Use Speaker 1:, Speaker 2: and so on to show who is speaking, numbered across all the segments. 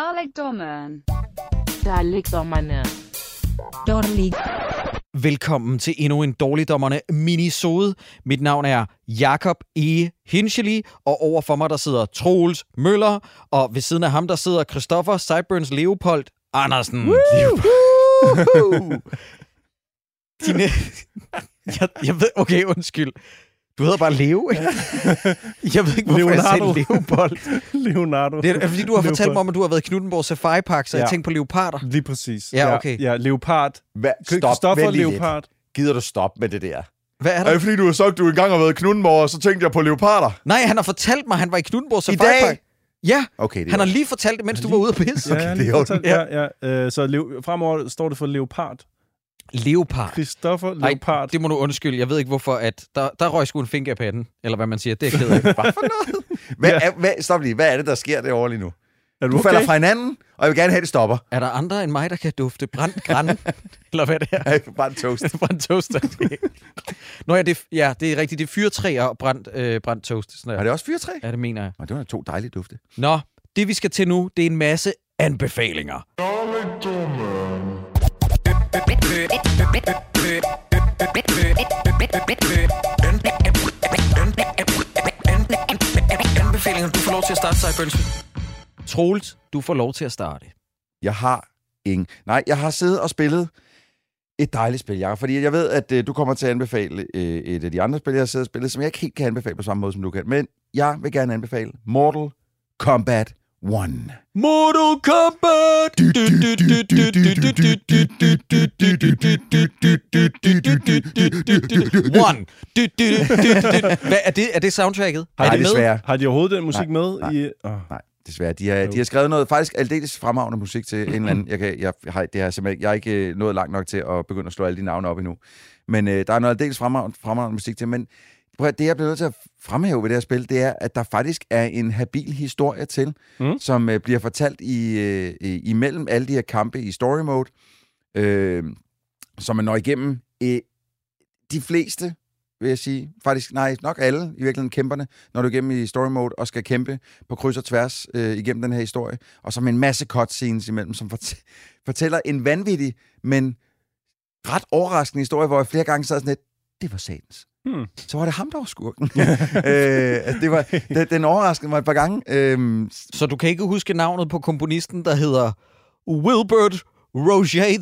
Speaker 1: Dalekdommeren.
Speaker 2: Dalekdommerne.
Speaker 1: Dorlig.
Speaker 3: Velkommen til endnu en Dårligdommerne minisode. Mit navn er Jakob E. Hinchely, og overfor mig der sidder Troels Møller, og ved siden af ham der sidder Christoffer Sideburns Leopold Andersen. Dine... jeg, jeg ved... Okay, undskyld. Du hedder bare Leo, ikke? Jeg ved ikke, hvorfor
Speaker 4: Leonardo.
Speaker 3: jeg sagde Leopold.
Speaker 4: Leonardo.
Speaker 3: Det er, fordi du har fortalt
Speaker 4: Leopold.
Speaker 3: mig om, at du har været i Knuttenborg Safari Park, så ja.
Speaker 4: Ja.
Speaker 3: jeg tænkte på leoparder.
Speaker 4: Lige præcis.
Speaker 3: Ja, okay.
Speaker 4: Ja, ja leopard.
Speaker 5: Hva? Stop,
Speaker 4: Kristoffer
Speaker 5: vent lige lidt.
Speaker 4: Leopard.
Speaker 5: Gider du stoppe med det der?
Speaker 3: Hvad er
Speaker 5: Er
Speaker 3: der?
Speaker 5: det fordi, du har sagt, du engang har været i Knuttenborg, og så tænkte jeg på leoparder?
Speaker 3: Nej, han har fortalt mig, at han var i Knuttenborg Safari
Speaker 5: dag?
Speaker 3: Park. Ja,
Speaker 5: Okay, det
Speaker 3: han
Speaker 5: er
Speaker 3: har lige fortalt det, mens du var ude at pisse.
Speaker 4: ja,
Speaker 5: det er
Speaker 4: lige
Speaker 5: jo-
Speaker 4: fortalt. ja, ja. Øh, så leo- fremover står det for leopard.
Speaker 3: Leopard.
Speaker 4: Kristoffer
Speaker 3: Ej,
Speaker 4: Leopard.
Speaker 3: det må du undskylde. Jeg ved ikke, hvorfor. At der, der røg sgu en finger af panden. Eller hvad man siger. Det er jeg ked af. Hvad for noget?
Speaker 5: hvad,
Speaker 4: Ja.
Speaker 5: er, hvad, stop lige. Hvad er det, der sker derovre lige nu?
Speaker 4: er
Speaker 5: Du okay. falder fra hinanden, og jeg vil gerne have, at det stopper.
Speaker 3: Er der andre end mig, der kan dufte brændt græn? Eller hvad det er?
Speaker 5: Ej, Bare en toast.
Speaker 3: brændt toast. er det ikke? Nå ja, det, ja, det er rigtigt. Det er fyrtræer og brændt, øh, brændt toast. Sådan
Speaker 5: Var
Speaker 3: der.
Speaker 5: det også 4-3?
Speaker 3: Ja, det mener jeg.
Speaker 5: Og det var to dejlige dufte.
Speaker 3: Nå, det vi skal til nu, det er en masse anbefalinger.
Speaker 6: Anbefalinger, du får lov til at starte sig, Bølsen.
Speaker 3: Troels, du får lov til at starte.
Speaker 5: Jeg har ingen... Nej, jeg har siddet og spillet et dejligt spil, Jacob. Fordi jeg ved, at øh, du kommer til at anbefale øh, et af de andre spil, jeg har siddet og spillet, som jeg ikke helt kan anbefale på samme måde, som du kan. Men jeg vil gerne anbefale Mortal Kombat 1.
Speaker 3: Mortal Kombat! One! Hvad er det? Er det soundtracket?
Speaker 5: Nej,
Speaker 3: er det med?
Speaker 5: desværre.
Speaker 4: Har de overhovedet den musik
Speaker 5: Nej,
Speaker 4: med?
Speaker 5: nej.
Speaker 4: I, oh.
Speaker 5: Nej, desværre. De har, de har skrevet noget faktisk aldeles fremragende musik til en eller anden. Jeg, kan, jeg, har, det har jeg, simpelthen, ikke- jeg er ikke øh, nået langt nok til at begynde at slå alle de navne op endnu. Men øh, der er noget aldeles fremragende, fremragende musik til. Men prøv, at- det, jeg bliver nødt til at fremhæve ved det her spil, det er, at der faktisk er en habil historie til,
Speaker 4: Mm.
Speaker 5: mm. som øh, bliver fortalt i, øh, i- imellem alle de her kampe i story mode, øh, som man når igennem øh, de fleste vil jeg sige. Faktisk, nej, nok alle i virkeligheden kæmperne, når du er igennem i story mode og skal kæmpe på kryds og tværs øh, igennem den her historie. Og så med en masse cutscenes imellem, som fort- fortæller en vanvittig, men ret overraskende historie, hvor jeg flere gange sad sådan lidt, det var satans.
Speaker 4: Hmm.
Speaker 5: Så var det ham, der var skurken. øh, det var, den, den overraskede mig et par gange. Øhm,
Speaker 3: Så du kan ikke huske navnet på komponisten, der hedder Wilbert Roger II?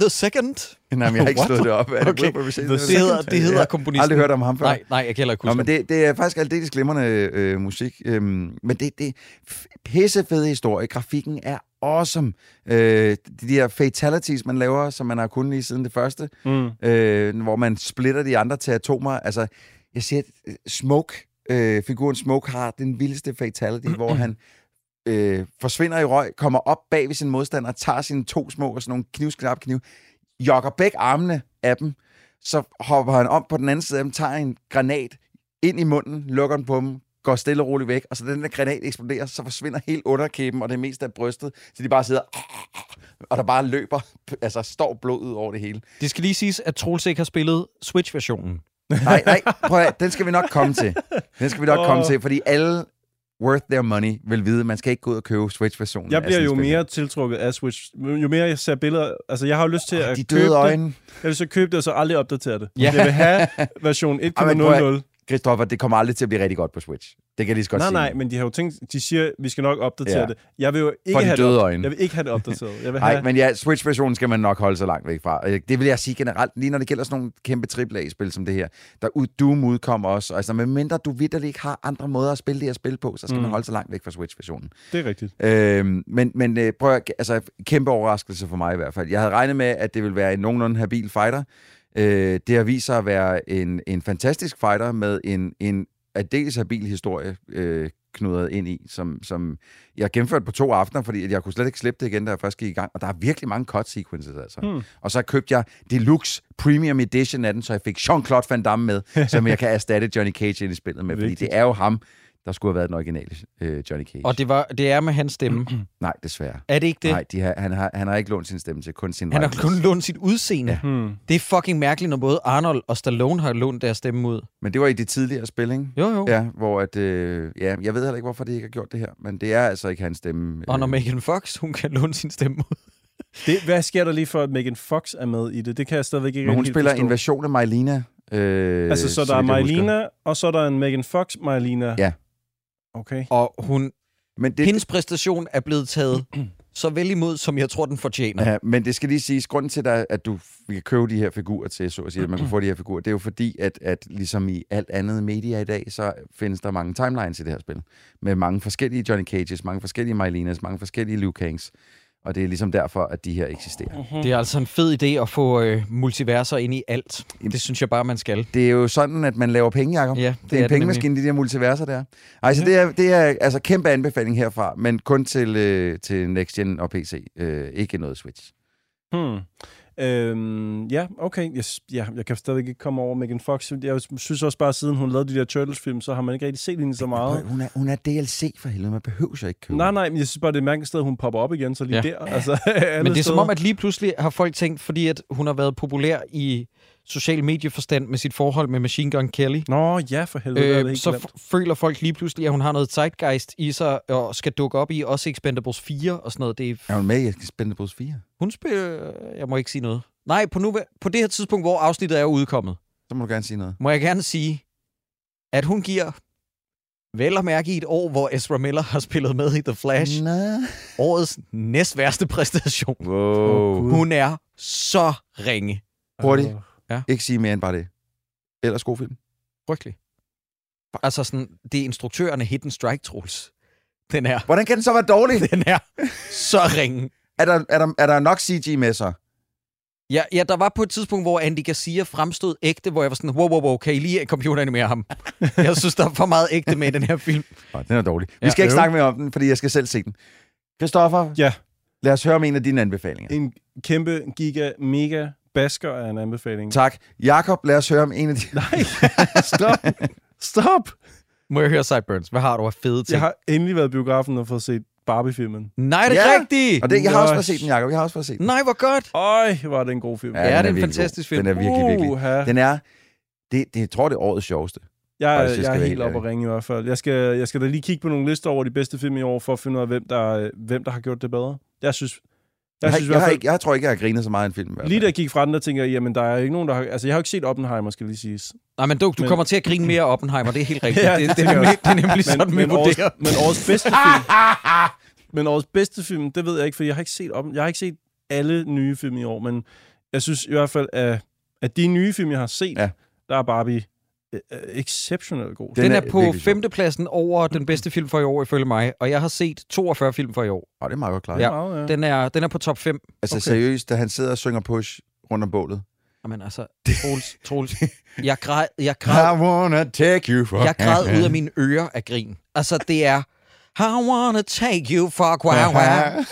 Speaker 5: nej, men jeg har ikke
Speaker 3: What?
Speaker 5: slået det op. Er det
Speaker 3: Okay.
Speaker 5: Wilbur Mercedes?
Speaker 3: Det hedder, det hedder
Speaker 5: Jeg har
Speaker 3: komponisten.
Speaker 5: aldrig hørt om ham før.
Speaker 3: Nej, nej, jeg kan heller ikke
Speaker 5: Nå,
Speaker 3: huske
Speaker 5: men
Speaker 3: det.
Speaker 5: det, det er faktisk aldeles glimrende øh, musik. Øhm, men det, det er f- pissefed historie. Grafikken er awesome. Øh, de der fatalities, man laver, som man har kunnet lige siden det første,
Speaker 4: Mm.
Speaker 5: øh, hvor man splitter de andre til atomer. Altså, jeg siger, at Smoke, øh, figuren Smoke har den vildeste fatality, hvor han øh, forsvinder i røg, kommer op bag ved sin modstander, tager sine to små og sådan nogle knivskarpe kniv, jokker begge armene af dem, så hopper han om på den anden side af dem, tager en granat ind i munden, lukker den på dem, går stille og roligt væk, og så da den der granat eksploderer, så forsvinder helt underkæben og det meste af brystet, så de bare sidder og der bare løber, altså står blod ud over det hele.
Speaker 3: Det skal lige siges, at Troels ikke har spillet Switch-versionen.
Speaker 5: Nej, nej, prøv at, den skal vi nok komme til. Den skal vi nok
Speaker 4: Åh.
Speaker 5: oh. komme til, fordi alle worth their money vil vide, man skal ikke gå ud og købe Switch-versionen.
Speaker 4: Jeg
Speaker 5: af
Speaker 4: bliver
Speaker 5: sådan et
Speaker 4: jo
Speaker 5: spil.
Speaker 4: mere tiltrukket af Switch. Jo mere jeg ser billeder... Altså, jeg har jo lyst til at
Speaker 5: De
Speaker 4: købe
Speaker 5: døde
Speaker 4: det.
Speaker 5: øjne.
Speaker 4: Jeg vil så købe det, og så aldrig opdatere det.
Speaker 3: Ja.
Speaker 4: Jeg vil have version 1.00.
Speaker 5: prøv at- Christoffer, det kommer aldrig til at blive rigtig godt på Switch. Det kan jeg lige så godt
Speaker 4: Nej,
Speaker 5: sige.
Speaker 4: nej, men de har jo tænkt... De siger, vi skal nok opdatere
Speaker 5: Ja.
Speaker 4: det. Jeg vil jo ikke
Speaker 5: de
Speaker 4: have
Speaker 5: døde
Speaker 4: det
Speaker 5: øjne.
Speaker 4: Jeg vil ikke have det opdateret. Jeg vil
Speaker 5: Nej,
Speaker 4: have...
Speaker 5: men ja, Switch-versionen skal man nok holde sig langt væk fra. Øh, Det vil jeg sige generelt, lige når det gælder sådan nogle kæmpe AAA-spil som det her, der ud, Doom udkommer også. Altså, medmindre du vidderligt ikke har andre måder at spille det her spil på, så skal mm. man holde sig langt væk fra Switch-versionen.
Speaker 4: Det er rigtigt.
Speaker 5: Øhm, men men øh, prøv at, altså, kæmpe overraskelse for mig i hvert fald. Jeg havde regnet med, at det ville være en nogenlunde habil fighter. Øh, det har vist sig at være en, en fantastisk fighter med en, en aldeles habil historie øh, knudret ind i, som, som jeg gennemførte på to aftener, fordi at jeg kunne slet ikke slippe det igen, da jeg først gik i gang. Og der er virkelig mange cut sequences, altså. Mm. Og så købte jeg Deluxe Premium Edition af den, så jeg fik Jean-Claude Van Damme med, som jeg kan erstatte Johnny Cage ind i spillet med, fordi
Speaker 4: Vigtigt.
Speaker 5: det er jo ham, Der skulle have været den originale øh, Johnny Cage.
Speaker 3: Og det, var, det er med hans stemme.
Speaker 5: Nej, desværre.
Speaker 3: Er det ikke det?
Speaker 5: Nej, de har, han, har, han har ikke lånt sin stemme til, kun sin
Speaker 3: Han har
Speaker 5: likeness.
Speaker 3: kun lånt sit udseende. Ja.
Speaker 4: Hmm.
Speaker 3: Det er fucking mærkeligt, når både Arnold og Stallone har lånt deres stemme ud.
Speaker 5: Men det var i de tidligere spil, ikke?
Speaker 3: Jo, jo. Ja.
Speaker 5: Ja, hvor at, øh, ja, jeg ved heller ikke, hvorfor det ikke har gjort det her, men det er altså ikke hans stemme.
Speaker 3: Og når Megan Fox, hun kan låne sin stemme ud.
Speaker 4: Det, hvad sker der lige for, at Megan Fox er med i det? Det kan jeg stadigvæk ikke
Speaker 5: men hun
Speaker 4: helt
Speaker 5: spiller
Speaker 4: forstå.
Speaker 5: en version af Mylina. Øh,
Speaker 4: Altså, så der er
Speaker 5: vidt jeg husker.
Speaker 4: Marlina, og så er der en Megan Fox Marlina.
Speaker 5: Ja.
Speaker 4: Okay.
Speaker 3: Og hun,
Speaker 5: Men det,
Speaker 3: det, hendes præstation er blevet taget så vel imod, som jeg tror, den fortjener.
Speaker 5: Ja, men det skal lige siges, grunden til, dig, at du vi kan købe de her figurer til, så at sige, at man kan få de her figurer, det er jo fordi, at, at ligesom i alt andet media i dag, så findes der mange timelines i det her spil. Med mange forskellige Johnny Cages, mange forskellige Mylinas, mange forskellige Liu Kangs. Og det er ligesom derfor, at de her eksisterer.
Speaker 3: Det er altså en fed idé at få øh, multiverser ind i alt. Det synes jeg bare, man skal.
Speaker 5: Det er jo sådan, at man laver penge, Jacob.
Speaker 3: Ja, det
Speaker 5: det er
Speaker 3: er
Speaker 5: en
Speaker 3: det
Speaker 5: pengemaskine, de der multiverser der. Altså, det er, det er altså kæmpe anbefaling herfra, men kun til, øh, til Next Gen og PC. Øh, ikke noget Switch.
Speaker 4: Hmm. Øhm, ja, okay. Jeg, s- ja, jeg kan stadigvæk ikke komme over Megan Fox. Jeg synes også bare, siden hun lavede de der Turtles-film, så har man ikke rigtig set hende så meget.
Speaker 5: Hun er, hun er DLC for helvede, man behøver sig ikke købe.
Speaker 4: Nej, nej, men jeg synes bare, det er et mærkeligt sted, at hun popper op igen, så lige
Speaker 3: Ja.
Speaker 4: ja. der. Altså, alle
Speaker 3: Men det er som
Speaker 4: steder.
Speaker 3: om, at lige pludselig har folk tænkt, fordi at hun har været populær i social medieforstand med sit forhold med Machine Gun Kelly,
Speaker 4: Nå, ja, for helvede. Øh, det er
Speaker 3: øh,
Speaker 4: helt
Speaker 3: så
Speaker 4: glemt.
Speaker 3: f- føler folk lige pludselig, at hun har noget zeitgeist i sig, og skal dukke op i også Expendables 4 og sådan noget. Det er,
Speaker 5: Er hun med i Expendables 4?
Speaker 3: hun spiller... Jeg må ikke sige noget. Nej, på, nu, på det her tidspunkt, hvor afsnittet er udkommet,
Speaker 5: Så må du gerne sige noget.
Speaker 3: må jeg gerne sige, at hun giver vel at mærke i et år, hvor Ezra Miller har spillet med i The
Speaker 4: Mm.
Speaker 3: Flash,
Speaker 5: Nej.
Speaker 3: årets næst værste præstation.
Speaker 5: Wow.
Speaker 4: Gud.
Speaker 3: Hun er så ringe.
Speaker 5: Hurtigt.
Speaker 4: Altså,
Speaker 5: Ikke sige mere end bare det. Ellers god film.
Speaker 3: Frygtelig. Altså sådan, det er instruktøren af Hidden Strike, Troels. Den er,
Speaker 5: Hvordan kan den så være dårlig?
Speaker 3: den er så ringe.
Speaker 5: Er der, er der, er der nok CG med sig?
Speaker 3: Ja, ja, der var på et tidspunkt, hvor Andy Garcia fremstod ægte, hvor jeg var sådan, wow, wow, wow, kan I lige computeranimere ham? jeg synes, der er for meget ægte med i den her film.
Speaker 5: Nå, den er dårlig. Vi
Speaker 3: Ja.
Speaker 5: skal ikke
Speaker 4: Øv.
Speaker 5: snakke mere om den, fordi jeg skal selv se den. Christoffer,
Speaker 4: Ja.
Speaker 5: lad os høre om en af dine anbefalinger.
Speaker 4: En kæmpe, giga, mega basker er en anbefaling.
Speaker 5: Tak. Jakob, lad os høre om en af dine...
Speaker 4: Nej, stop. Stop.
Speaker 3: Må jeg høre Sideburns? Hvad har du af fede ting?
Speaker 4: Jeg har endelig været i biografen og fået set Barbie-filmen.
Speaker 3: Nej, det er
Speaker 5: Ja!
Speaker 3: ja. rigtigt!
Speaker 5: Og det, jeg har også
Speaker 4: Nå,
Speaker 5: fået set den, Jakob. Jeg har også fået set den.
Speaker 3: Nej, hvor godt!
Speaker 4: Øj, var det en god film.
Speaker 5: Ja, den er
Speaker 3: det er en
Speaker 5: virkelig
Speaker 3: fantastisk
Speaker 5: god.
Speaker 3: film. Uh,
Speaker 5: Den er virkelig, virkelig.
Speaker 4: Uha.
Speaker 5: Den er... Det, det, jeg tror, det er årets sjoveste.
Speaker 4: Jeg,
Speaker 5: Faktisk, jeg
Speaker 4: jeg,
Speaker 5: skal
Speaker 4: jeg er helt
Speaker 5: være helt
Speaker 4: oppe at ringe i hvert fald. Jeg skal, jeg skal da lige kigge på nogle lister over de bedste film i år, for at finde ud af, hvem der, hvem der har gjort det bedre. Jeg synes, jeg,
Speaker 5: Jeg, har,
Speaker 4: synes i
Speaker 5: jeg,
Speaker 4: hvert
Speaker 5: har
Speaker 4: fald,
Speaker 5: ikke, jeg tror ikke, jeg har grinet så meget i en film. i hvert fald.
Speaker 4: lige da jeg gik fra den, der tænker jeg, jamen der er ikke nogen, der har... Altså, jeg har jo ikke set Oppenheimer, skal lige siges.
Speaker 3: Nej, men du, du
Speaker 4: Men-
Speaker 3: kommer til at grine mere af Oppenheimer, det er helt rigtigt.
Speaker 4: Ja,
Speaker 3: det,
Speaker 4: det
Speaker 3: det, er
Speaker 4: tænker jeg
Speaker 3: nemlig, det er nemlig sådan, vi
Speaker 4: men, årets,
Speaker 3: vurderer.
Speaker 4: men årets bedste film... men årets bedste film, det ved jeg ikke, for jeg har ikke set, Oppen, jeg har ikke set alle nye film i år, men jeg synes i hvert fald, at, at de nye film, jeg har set,
Speaker 5: Ja.
Speaker 4: ja. der er Barbie øh, øh, exceptionelt god.
Speaker 5: Den
Speaker 3: Den
Speaker 5: er
Speaker 3: er på
Speaker 5: virkelig sjov.
Speaker 3: femtepladsen over den bedste film for i år, ifølge mig. Og jeg har set 42 film for i år.
Speaker 5: Åh, det er meget godt klaret.
Speaker 4: Det
Speaker 5: Ja.
Speaker 4: er meget, ja.
Speaker 3: Den er, den er på top 5.
Speaker 5: Altså
Speaker 4: Okay.
Speaker 5: seriøst, da han sidder og synger push rundt om bålet.
Speaker 3: Jamen altså, Troels, Troels. Jeg græd, jeg græd,
Speaker 5: I wanna take you for
Speaker 3: jeg græd ud af mine ører af grin. Altså, det er... I wanna take you for wow, wow.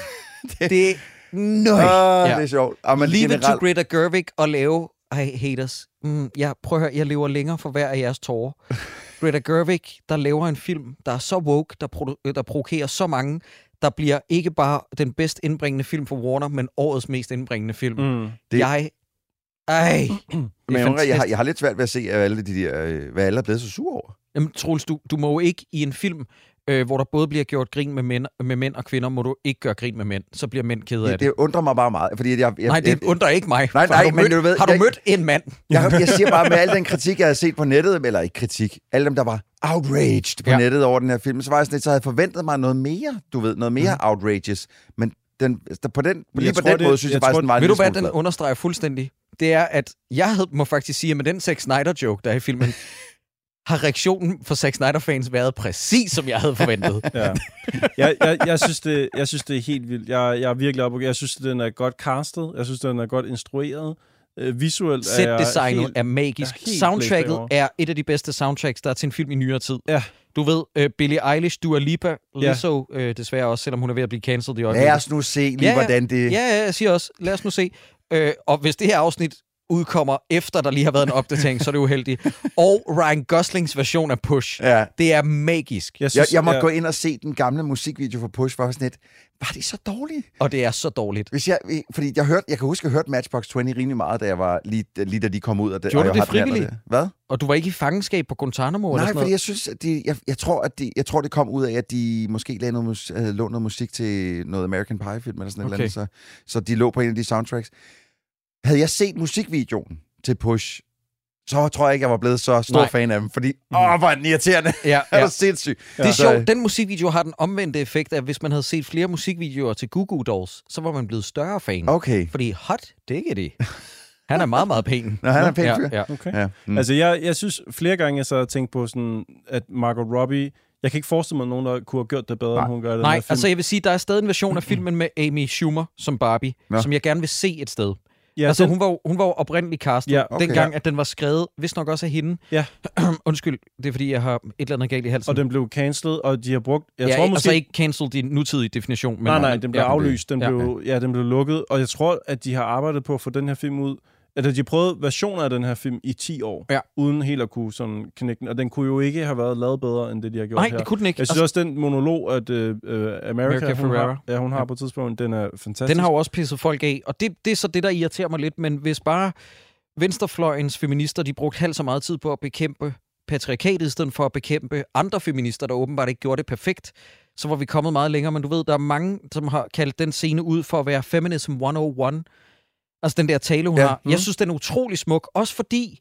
Speaker 3: Det er... Nøj.
Speaker 5: Åh,
Speaker 3: Ja.
Speaker 5: Ah, det er sjovt. Og man
Speaker 3: Leave it to
Speaker 5: generelt,
Speaker 3: Greta Gerwig og lave I haters. Mm, jeg, prøv at høre, jeg lever længere for hver af jeres tårer. Greta Gerwig, der laver en film, der er så woke, der, produ- øh, der provokerer så mange, der bliver ikke bare den bedst indbringende film for Warner, men årets mest indbringende film. Mm.
Speaker 4: Mm.
Speaker 5: Det-
Speaker 3: Det... Jeg... Ej, det
Speaker 5: men
Speaker 3: er
Speaker 5: jeg, undrer, jeg, har,
Speaker 3: fantastisk.
Speaker 5: jeg har lidt svært ved at se, at alle de der, øh, hvad alle er blevet så sure over.
Speaker 3: Jamen, Troels, du, du må jo ikke i en film, øh, hvor der både bliver gjort grin med mænd, med mænd og kvinder, må du ikke gøre grin med mænd. Så bliver mænd ked af
Speaker 5: Det,
Speaker 3: det. det.
Speaker 5: det undrer mig bare meget, fordi jeg, jeg,
Speaker 3: Nej, det
Speaker 5: jeg,
Speaker 3: undrer ikke mig.
Speaker 5: Nej,
Speaker 3: for har
Speaker 5: nej,
Speaker 3: du
Speaker 5: men
Speaker 3: mødt,
Speaker 5: du ved,
Speaker 3: Har du
Speaker 5: jeg-
Speaker 3: mødt en mand?
Speaker 5: jeg, jeg siger bare, med al den kritik, jeg har set på nettet, eller ikke kritik, alle dem, der var outraged på ja.
Speaker 3: Ja.
Speaker 5: nettet over den her film, så var jeg sådan lidt, så havde jeg forventet mig noget mere, du ved, noget mere mm.
Speaker 3: Mhm.
Speaker 5: outrageous, men den, der- på den, lige
Speaker 4: jeg
Speaker 5: på
Speaker 4: tror,
Speaker 5: den
Speaker 4: det-
Speaker 5: måde, synes
Speaker 4: jeg
Speaker 5: jeg, jeg faktisk,
Speaker 4: tror,
Speaker 5: den var en
Speaker 3: Ved du
Speaker 5: lille
Speaker 3: hvad,
Speaker 5: smule
Speaker 3: den
Speaker 5: flad.
Speaker 3: understreger fuldstændig? Det er, at jeg havde, må faktisk sige, at med den Zack Snyder-joke, der er i filmen, har reaktionen for Zack Snyder-fans været præcis, som jeg havde forventet.
Speaker 4: Ja. Jeg, jeg, jeg, synes det, jeg synes, det er helt vildt. Jeg, jeg er virkelig op. Jeg synes, den er godt castet. Jeg synes, den er godt instrueret. Øh, visuelt er jeg
Speaker 3: Set-designet
Speaker 4: helt...
Speaker 3: er magisk.
Speaker 4: jeg er helt blæst
Speaker 3: Soundtracket
Speaker 4: bagover.
Speaker 3: er et af de bedste soundtracks, der er til en film i nyere tid.
Speaker 4: Ja.
Speaker 3: Du ved, uh, Billie Eilish, Dua Lipa, Lizzo øh, desværre også, selvom hun er ved at blive cancelled i
Speaker 5: Lad
Speaker 3: øjeblikket.
Speaker 5: os nu se lige,
Speaker 3: Ja, ja.
Speaker 5: hvordan det...
Speaker 3: Ja, ja, jeg siger også. Lad os nu se. Øh, og hvis det her afsnit udkommer efter, der lige har været en opdatering, så er det uheldigt. Og Ryan Goslings version af Push.
Speaker 5: Ja.
Speaker 3: Det er magisk,
Speaker 5: Jeg, jeg måtte ja. gå ind og se den gamle musikvideo for Push, for jeg var sådan lidt, var det så dårligt?
Speaker 3: og det er så dårligt.
Speaker 5: Hvis jeg, fordi jeg, hørte, jeg kan huske, jeg hørte Matchbox 20 rimelig meget, da, jeg var, lige, lige da de kom ud. Og det,
Speaker 3: Gjorde
Speaker 5: og
Speaker 3: du
Speaker 5: jeg
Speaker 3: det
Speaker 5: har den alder
Speaker 3: frivilligt?
Speaker 5: der. Hvad?
Speaker 3: Og du var ikke i fangenskab på Guantanamo eller
Speaker 5: Nej,
Speaker 3: sådan
Speaker 5: fordi
Speaker 3: noget?
Speaker 5: jeg synes, at de, jeg, jeg, tror, at de, jeg tror, det kom ud af, at de måske lagde noget mus, havde lånt noget musik til noget American Pie-film eller sådan okay.
Speaker 3: Okay.
Speaker 5: eller andet, så, så de lå på en af de soundtracks. Havde jeg set musikvideoen til Push, så tror jeg ikke, jeg var blevet så stor
Speaker 3: Nej.
Speaker 5: Nej. fan af dem, fordi, åh, hvor er den irriterende.
Speaker 3: Ja,
Speaker 5: Ja. Er
Speaker 3: ja.
Speaker 5: du sindssyg?
Speaker 3: Det er
Speaker 5: Så-
Speaker 3: sjovt, den musikvideo har den omvendte effekt, at hvis man havde set flere musikvideoer til Goo Goo Dolls, så var man blevet større fan.
Speaker 5: Okay.
Speaker 3: Fordi hot diggity, han er meget, meget pæn.
Speaker 5: Nå, han er en pæn
Speaker 3: ja,
Speaker 5: fyr.
Speaker 3: Ja.
Speaker 4: Okay.
Speaker 5: Ja. Mm.
Speaker 4: Altså, jeg, jeg synes flere gange, jeg så har tænkt på sådan, at Margot Robbie... Jeg kan ikke forestille mig nogen, der kunne have gjort det bedre,
Speaker 5: Nej.
Speaker 4: end hun gør i den her
Speaker 3: Nej,
Speaker 4: film.
Speaker 3: altså jeg vil sige, der er stadig en version af filmen med Amy Schumer som Barbie,
Speaker 5: Nå.
Speaker 3: som jeg gerne vil se et sted.
Speaker 4: ja,
Speaker 3: altså,
Speaker 4: den-
Speaker 3: hun var, jo- hun var jo oprindeligt castet,
Speaker 4: Ja,
Speaker 3: ja,
Speaker 4: okay.
Speaker 3: okay, dengang, at den var skrevet, hvis nok også af hende.
Speaker 4: Ja.
Speaker 3: Undskyld, det er fordi, jeg har et eller andet galt i halsen.
Speaker 4: Og den blev cancelled, og de har brugt... Jeg
Speaker 3: jeg ja,
Speaker 4: tror måske...
Speaker 3: altså ikke cancelled i nutidig definition. Men
Speaker 4: nej, nej, den blev
Speaker 3: ja,
Speaker 4: aflyst. Den
Speaker 3: ja.
Speaker 4: blev, ja, den blev lukket. Og jeg tror, at de har arbejdet på at få den her film ud... Eller de har prøvet versioner af den her film i 10 år,
Speaker 3: Ja.
Speaker 4: uden helt at kunne sådan knække den. Og den kunne jo ikke have været lavet bedre, end det, de har gjort
Speaker 3: Nej,
Speaker 4: her.
Speaker 3: det kunne den ikke. Altså,
Speaker 4: Jeg synes også, den monolog, at uh, America, America hun,
Speaker 3: Ferrera.
Speaker 4: har, ja, hun har
Speaker 3: Ja.
Speaker 4: på et tidspunkt, den er fantastisk.
Speaker 3: Den har jo også pisset folk af, og det, det er så det, der irriterer mig lidt, men hvis bare venstrefløjens feminister, de brugte halvt så meget tid på at bekæmpe patriarkatet, i stedet for at bekæmpe andre feminister, der åbenbart ikke gjorde det perfekt, så var vi kommet meget længere, men du ved, der er mange, som har kaldt den scene ud for at være Feminism 101, altså den der tale, hun
Speaker 5: Ja,
Speaker 3: ja. har.
Speaker 4: Mhm.
Speaker 3: Jeg synes, den er utrolig smuk, også fordi,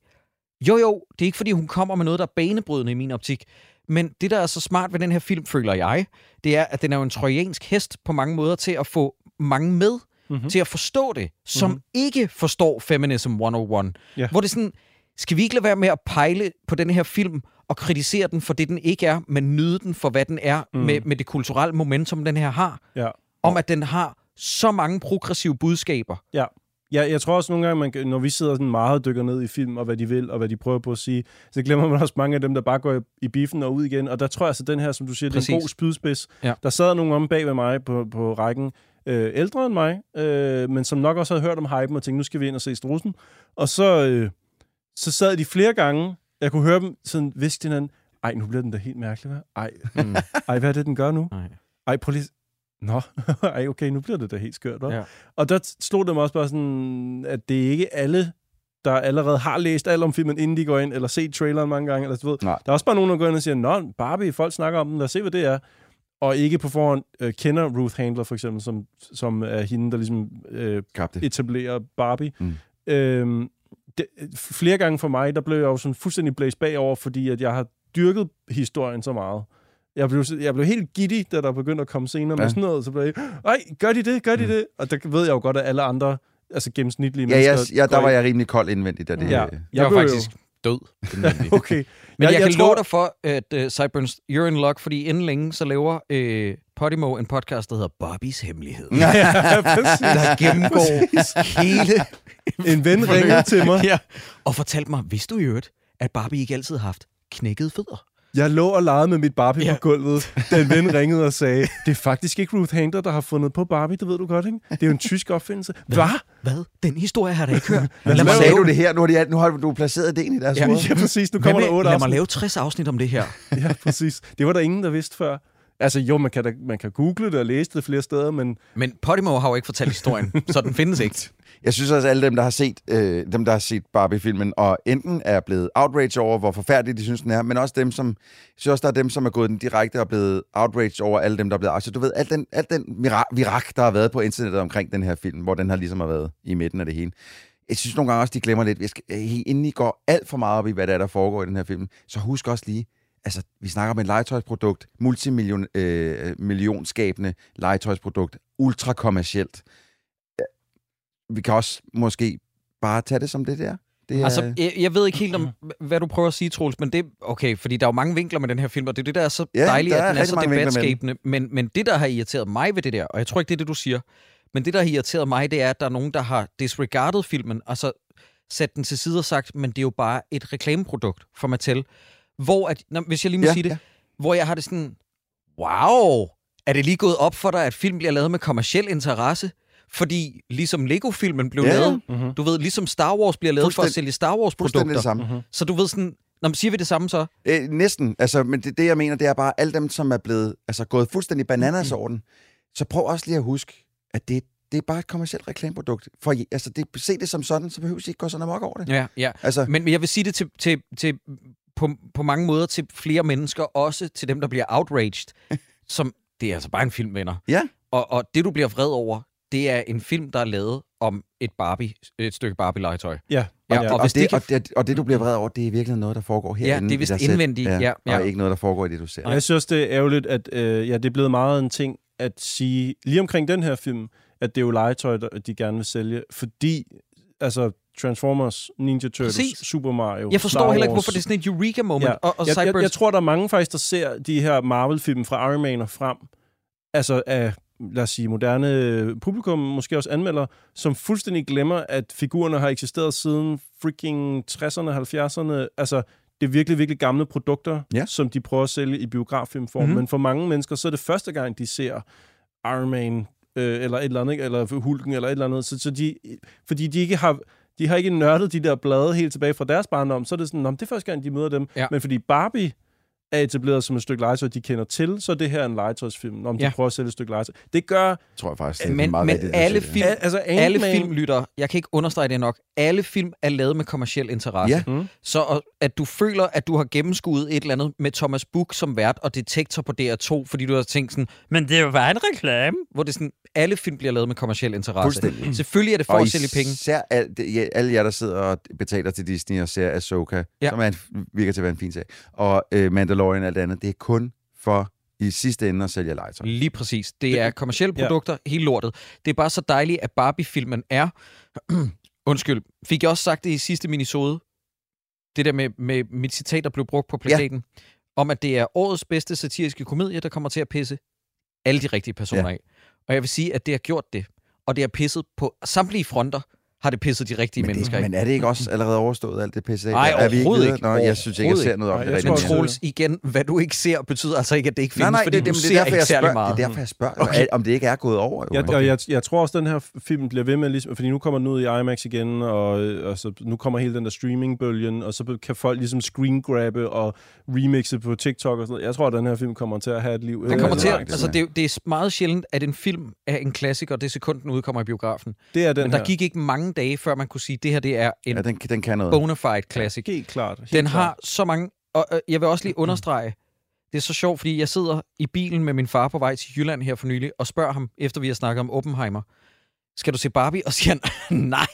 Speaker 3: jo jo, det er ikke fordi, hun kommer med noget, der er banebrydende i min optik, men det, der er så smart ved den her film, føler jeg, det er, at den er jo en trojansk hest på mange måder til at få mange med
Speaker 4: Mhm.
Speaker 3: mm-hmm. til at forstå det, som mm-hmm. ikke forstår Feminism 101.
Speaker 4: Ja.
Speaker 3: Hvor det er sådan, skal vi ikke lade være med at pejle på den her film og kritisere den for det, den ikke er, men nyde den for, hvad den er mm. med, med det kulturelle momentum, den her har,
Speaker 4: Ja.
Speaker 3: om at den har så mange progressive budskaber.
Speaker 4: Ja. Ja, jeg tror også nogle gange, man, kan- når vi sidder sådan meget og dykker ned i film, og hvad de vil, og hvad de prøver på at sige, så glemmer man også mange af dem, der bare går i, i biffen og ud igen. Og der tror jeg så, den her, som du siger, det er en
Speaker 3: Præcis.
Speaker 4: god spydspids.
Speaker 3: Ja.
Speaker 4: Der sad nogen om bag ved mig på, på rækken, øh, ældre end mig, øh, men som nok også havde hørt om hypen og tænkte, nu skal vi ind og se strussen. Og så, øh, så sad de flere gange, jeg kunne høre dem sådan viske til hinanden, ej, nu bliver den da helt mærkelig, hvad? Ej,
Speaker 3: Mm.
Speaker 4: ej, hvad er det, den gør nu?
Speaker 3: Nej.
Speaker 4: Ej, prøv lige... Nå, ej, okay, nu bliver det da helt skørt, hva'?
Speaker 3: Ja.
Speaker 4: Og der t- slog det mig også bare sådan, at det er ikke alle, der allerede har læst alt om filmen, inden de går ind, eller set traileren mange gange, eller du ved.
Speaker 5: Nej.
Speaker 4: Der er også bare nogen, der går ind og siger, Nå, Barbie, folk snakker om den, lad os se, hvad det er. Og ikke på forhånd øh, kender Ruth Handler, for eksempel, som, som er hende, der ligesom øh,
Speaker 5: Kap det.
Speaker 4: etablerer Barbie.
Speaker 5: Mm.
Speaker 4: Øhm, det, flere gange for mig, der blev jeg jo sådan fuldstændig blæst bagover, fordi at jeg har dyrket historien så meget. Jeg blev, jeg blev helt giddy, da der begyndte at komme scener ja.
Speaker 5: Ja. Mm.
Speaker 4: med sådan noget. Så blev jeg, ej, gør de det, gør de det? Og der ved jeg jo godt, at alle andre, altså gennemsnitlige
Speaker 5: Ja, jeg,
Speaker 4: mennesker...
Speaker 5: ja, der
Speaker 4: går
Speaker 5: var
Speaker 4: ind-
Speaker 5: jeg øh, rimelig kold indvendigt, da det...
Speaker 4: Ja.
Speaker 5: Ja.
Speaker 3: Jeg, jeg
Speaker 4: blev
Speaker 3: var
Speaker 4: jo-
Speaker 3: faktisk død.
Speaker 4: Okay.
Speaker 3: Men jeg, jeg kan
Speaker 4: tror-
Speaker 3: tror... love dig for, at uh, Cyburns, you're in luck, fordi inden længe, så laver uh, Podimo en podcast, der hedder Barbies Hemmelighed.
Speaker 4: Ja, præcis.
Speaker 3: der gennemgår hele
Speaker 4: En ven ringer til mig.
Speaker 3: ja. og fortalte mig, vidste du i øvrigt, at Barbie ikke altid har haft knækkede fødder?
Speaker 4: Jeg lå og legede med mit Barbie
Speaker 3: Ja.
Speaker 4: på gulvet. Den ven ringede og sagde, det er faktisk ikke Ruth Handler, der har fundet på Barbie, det ved du godt, ikke? Det er jo en tysk opfindelse. Hvad?
Speaker 3: Hvad? Den historie har jeg da ikke hørt.
Speaker 5: Lad
Speaker 3: mig
Speaker 5: sagde
Speaker 3: lave,
Speaker 5: du det her? Nu har, de, nu har du placeret ideen i deres
Speaker 3: Ja.
Speaker 5: hoved.
Speaker 4: Ja, præcis. Nu
Speaker 3: Hvad
Speaker 4: kommer der
Speaker 3: med-
Speaker 4: otte
Speaker 3: lad mig
Speaker 4: afsnit.
Speaker 3: lave 60 afsnit om det her.
Speaker 4: Ja, præcis. Det var der ingen, der vidste før. Altså jo, man kan, da, man kan google det og læse det flere steder, men
Speaker 3: Men Podimo har jo ikke fortalt historien, så den findes ikke.
Speaker 5: Jeg synes også, at alle dem, der har set, øh, dem, der har set Barbie-filmen, og enten er blevet outrage over, hvor forfærdelig de synes, den er, men også dem, som... Jeg synes også, der er dem, som er gået den direkte og blevet outrage over alle dem, der er blevet... Altså, du ved, alt den, alt den mira- virak, der har været på internettet omkring den her film, hvor den har ligesom har været i midten af det hele. Jeg synes nogle gange også, de glemmer lidt. Jeg skal, øh, inden I går alt for meget op i, hvad der, er, der foregår i den her film, så husk også lige, altså, vi snakker om et legetøjsprodukt, multimillionskabende øh, legetøjsprodukt, ultrakommercielt vi kan også måske bare tage det som det der. Det er,
Speaker 3: Altså, jeg, jeg ved ikke helt, om hvad du prøver at sige, Troels, men det okay, fordi der er jo mange vinkler med den her film, og det er det, der er så
Speaker 5: Ja,
Speaker 3: dejligt,
Speaker 5: der er
Speaker 3: at den er
Speaker 5: rigtig
Speaker 3: så
Speaker 5: mange vinkler med den.
Speaker 3: debatskabende. Men, men det, der har irriteret mig ved det der, og jeg tror ikke, det er det, du siger, men det, der har irriteret mig, det er, at der er nogen, der har disregardet filmen, og så sat den til side og sagt, men det er jo bare et reklameprodukt for Mattel. Hvor at, nå, hvis jeg lige må
Speaker 5: Ja,
Speaker 3: ja, sige det,
Speaker 5: ja.
Speaker 3: ja. hvor jeg har det sådan, wow, er det lige gået op for dig, at film bliver lavet med kommersiel interesse? fordi ligesom Lego-filmen blev
Speaker 5: Ja, ja.
Speaker 3: lavet,
Speaker 4: Mhm.
Speaker 3: du ved, ligesom Star Wars bliver lavet for at
Speaker 5: Fuldstænd-
Speaker 3: sælge Star
Speaker 5: Fuldstændig det
Speaker 3: Wars-produkter.
Speaker 5: samme.
Speaker 3: Så du ved sådan, når man siger vi det samme så,
Speaker 5: Øh, næsten. Altså, men det, det, jeg mener, det er bare, alle dem, som er blevet altså, gået fuldstændig bananas
Speaker 3: Mm-hmm.
Speaker 5: over den, så prøv også lige at huske, at det, det er bare et kommersielt reklameprodukt. For I- altså, det, se det som sådan, så behøver I ikke gå sådan amok over det.
Speaker 3: ja, ja.
Speaker 5: Altså,
Speaker 3: Men men jeg vil sige det til, til, til på, på mange måder til flere mennesker, også til dem, der bliver outraged, som det er altså bare en film, venner.
Speaker 5: Ja.
Speaker 3: Og, og det, du bliver vred over, det er en film, der er lavet om et Barbie, et stykke Barbie-legetøj.
Speaker 4: Ja.
Speaker 3: Ja,
Speaker 4: Ja,
Speaker 3: og, og hvis
Speaker 5: og, det,
Speaker 3: det,
Speaker 5: og, det, og det, du bliver vred over, det er i virkeligheden noget, der foregår herinde.
Speaker 3: det er
Speaker 5: i
Speaker 3: vist
Speaker 5: dig selv.
Speaker 3: indvendigt, ja, ja.
Speaker 5: Og ikke noget, der foregår i det, du ser.
Speaker 4: Og jeg synes også, det er ærgerligt, at øh, ja, det er blevet meget en ting at sige, lige omkring den her film, at det er jo legetøj, der de gerne vil sælge, fordi altså Transformers, Ninja Turtles,
Speaker 3: Præcis.
Speaker 4: Præcis. Super Mario,
Speaker 3: jeg forstår
Speaker 4: Star
Speaker 3: heller ikke,
Speaker 4: Wars.
Speaker 3: hvorfor det er sådan et eureka-moment.
Speaker 4: Ja.
Speaker 3: Og, og
Speaker 4: jeg, jeg,
Speaker 3: Cyburns-
Speaker 4: jeg tror, der er mange faktisk, der ser de her Marvel-film fra Iron Man og frem, altså af, lad os sige, moderne øh, publikum, måske også anmeldere, som fuldstændig glemmer, at figurerne har eksisteret siden freaking 60'erne, 70'erne. Altså, det er virkelig, virkelig gamle produkter,
Speaker 5: Ja.
Speaker 4: som de prøver at sælge i biograffilmform. Mm-hmm.
Speaker 3: Mhm.
Speaker 4: Men for mange mennesker, så er det første gang, de ser Iron Man øh, eller et eller andet, ikke? eller Hulken eller et eller andet. Så, så de, fordi de ikke har... De har ikke nørdet de der blade helt tilbage fra deres barndom, så er det sådan, "Nå, men det er første gang, de møder dem.
Speaker 3: Ja.
Speaker 4: Men fordi Barbie er etableret som et stykke legetøj, de kender til, så er det her en legetøjsfilm, når de
Speaker 3: Ja.
Speaker 4: ja. prøver at sælge et stykke legetøj. Det gør
Speaker 5: tror jeg faktisk, det er
Speaker 3: Men-
Speaker 5: meget
Speaker 3: men
Speaker 5: vigtigt, at
Speaker 3: alle
Speaker 5: se det.
Speaker 3: film-
Speaker 4: al- altså Ant-Man,
Speaker 3: alle filmlytter, jeg kan ikke understrege det nok, alle film er lavet med kommersiel interesse.
Speaker 5: Ja.
Speaker 4: Mm.
Speaker 3: Så og- at du føler, at du har gennemskuet et eller andet med Thomas Buch som vært og detektor på DR2, fordi du har tænkt sådan, men det er jo bare en reklame. Hvor det er sådan, alle film bliver lavet med kommersiel interesse.
Speaker 5: Fuldstændig.
Speaker 3: Selvfølgelig er det for
Speaker 5: Og
Speaker 3: at sælge penge.
Speaker 5: især alt, det- ja, alle jer, der sidder og betaler til Disney og ser Ahsoka,
Speaker 3: Ja.
Speaker 5: ja. som er en, virker til at være en fin sag, og øh, Mandalorian og alt andet, det er kun for i sidste ende at sælge legetøj.
Speaker 3: Lige præcis. Det er kommersielle
Speaker 4: Ja.
Speaker 3: produkter, hele lortet. Det er bare så dejligt, at Barbie-filmen er... Undskyld, fik jeg også sagt det i sidste minisode? Det der med, med mit citat, der blev brugt på plakaten. Ja. Om, at det er årets bedste satiriske komedie, der kommer til at pisse alle de rigtige personer ja. af. Og jeg vil sige, at det har gjort det. Og det har pisset på samtlige fronter, har det pisset de rigtige
Speaker 5: Men, det,
Speaker 3: mennesker af.
Speaker 5: men er det ikke også allerede overstået, alt det pisse? af?
Speaker 3: Nej,
Speaker 5: er vi
Speaker 3: overhovedet
Speaker 5: videre?
Speaker 3: ikke.
Speaker 5: Nå, jeg synes ikke, jeg
Speaker 3: Overhovedet
Speaker 5: ser noget om
Speaker 4: Nej,
Speaker 5: det
Speaker 4: jeg
Speaker 5: rigtigt.
Speaker 3: Men
Speaker 4: tror
Speaker 5: endnu.
Speaker 4: også-
Speaker 3: Troels, igen, hvad du ikke ser, betyder altså ikke, at det ikke
Speaker 5: Nej,
Speaker 3: findes,
Speaker 5: nej,
Speaker 3: fordi
Speaker 5: det, det,
Speaker 3: du
Speaker 5: det,
Speaker 3: ser
Speaker 5: er derfor,
Speaker 3: ikke
Speaker 5: jeg
Speaker 3: særlig
Speaker 5: spørger,
Speaker 3: meget.
Speaker 5: det er derfor, jeg spørger,
Speaker 3: Okay.
Speaker 5: okay. om det ikke er gået over. Jo.
Speaker 4: Jeg,
Speaker 5: Henrik.
Speaker 4: og jeg, jeg tror også, den her film bliver ved med, ligesom, fordi nu kommer den ud i IMAX igen, og, øh, og så, nu kommer hele den der streamingbølgen, og så kan folk ligesom screengrabbe og remixe på TikTok og sådan noget. Jeg tror, at den her film kommer til at have et liv.
Speaker 3: Den
Speaker 5: Øh,
Speaker 3: kommer til, at-
Speaker 5: langt,
Speaker 3: altså
Speaker 5: ja.
Speaker 3: det, er jo- det er meget sjældent, at en film er en klassiker, det sekund den udkommer i biografen.
Speaker 4: Det er den
Speaker 3: Men der
Speaker 4: her.
Speaker 3: gik ikke mange dage, før man kunne sige, at det her det er en
Speaker 5: ja,
Speaker 3: ja,
Speaker 5: den, den kan noget.
Speaker 3: bona fide classic.
Speaker 4: Helt klart. Helt
Speaker 3: Den
Speaker 4: klart.
Speaker 3: har så mange... Og øh, jeg vil også lige understrege, det er så sjovt, fordi jeg sidder i bilen med min far på vej til Jylland her for nylig, og spørger ham, efter vi har snakket om Oppenheimer, skal du se Barbie? Og siger han, nej.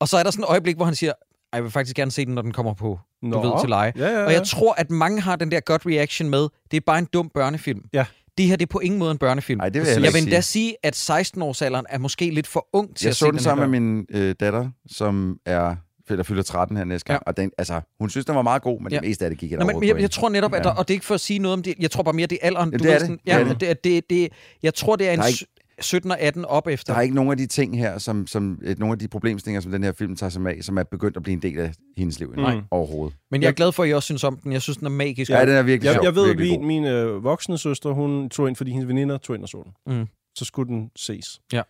Speaker 3: Og så er der sådan et øjeblik, hvor han siger, "Ej, jeg vil faktisk gerne se den, når den kommer på, du
Speaker 4: Nå.
Speaker 3: ved, til leje.
Speaker 4: Ja, ja, ja.
Speaker 3: Og jeg tror, at mange har den der gut reaction med, det er bare en dum børnefilm.
Speaker 4: Ja.
Speaker 3: Det her, det er på ingen måde en børnefilm.
Speaker 5: Nej, det vil jeg
Speaker 3: jeg,
Speaker 5: heller
Speaker 3: vil
Speaker 5: ikke
Speaker 3: endda
Speaker 5: sige.
Speaker 3: sige, at 16-årsalderen er måske lidt for ung til
Speaker 5: Jeg
Speaker 3: at
Speaker 5: så
Speaker 3: se
Speaker 5: den
Speaker 3: her
Speaker 5: sammen med min øh, datter, som er der fylder 13 her næste gang,
Speaker 3: Ja.
Speaker 5: og den, altså, hun synes, den var meget god, men
Speaker 3: Ja.
Speaker 5: det meste af det gik jeg
Speaker 3: Nå,
Speaker 5: da
Speaker 3: men
Speaker 5: overhovedet
Speaker 3: jeg,
Speaker 5: på
Speaker 3: jeg
Speaker 5: ikke.
Speaker 3: tror netop, at der,
Speaker 5: Ja.
Speaker 3: og det er ikke for at sige noget om det, jeg tror bare mere, det er alderen.
Speaker 5: Jamen,
Speaker 3: du
Speaker 5: det er
Speaker 3: ved
Speaker 5: det.
Speaker 3: Sådan,
Speaker 5: Det er
Speaker 3: ja, det.
Speaker 5: det.
Speaker 3: Det, det, det, jeg tror, det er en
Speaker 5: Der er
Speaker 3: sy- 17 og 18 op efter.
Speaker 5: Der er ikke nogen af de ting her, som, som et, nogle af de problemstillinger, som den her film tager sig af, som er begyndt at blive en del af hendes liv. Nej.
Speaker 4: Nej.
Speaker 5: Overhovedet.
Speaker 3: Men jeg er glad for, at I også synes om den. Jeg synes, den er magisk.
Speaker 5: Ja, den er virkelig
Speaker 4: Jeg,
Speaker 5: sjov.
Speaker 4: jeg ved, at
Speaker 5: virkelig
Speaker 4: min,
Speaker 5: god.
Speaker 4: min øh, voksne søster, hun tog ind, fordi hendes veninder tog ind og så den.
Speaker 3: Mm.
Speaker 4: Så skulle den ses.
Speaker 3: ja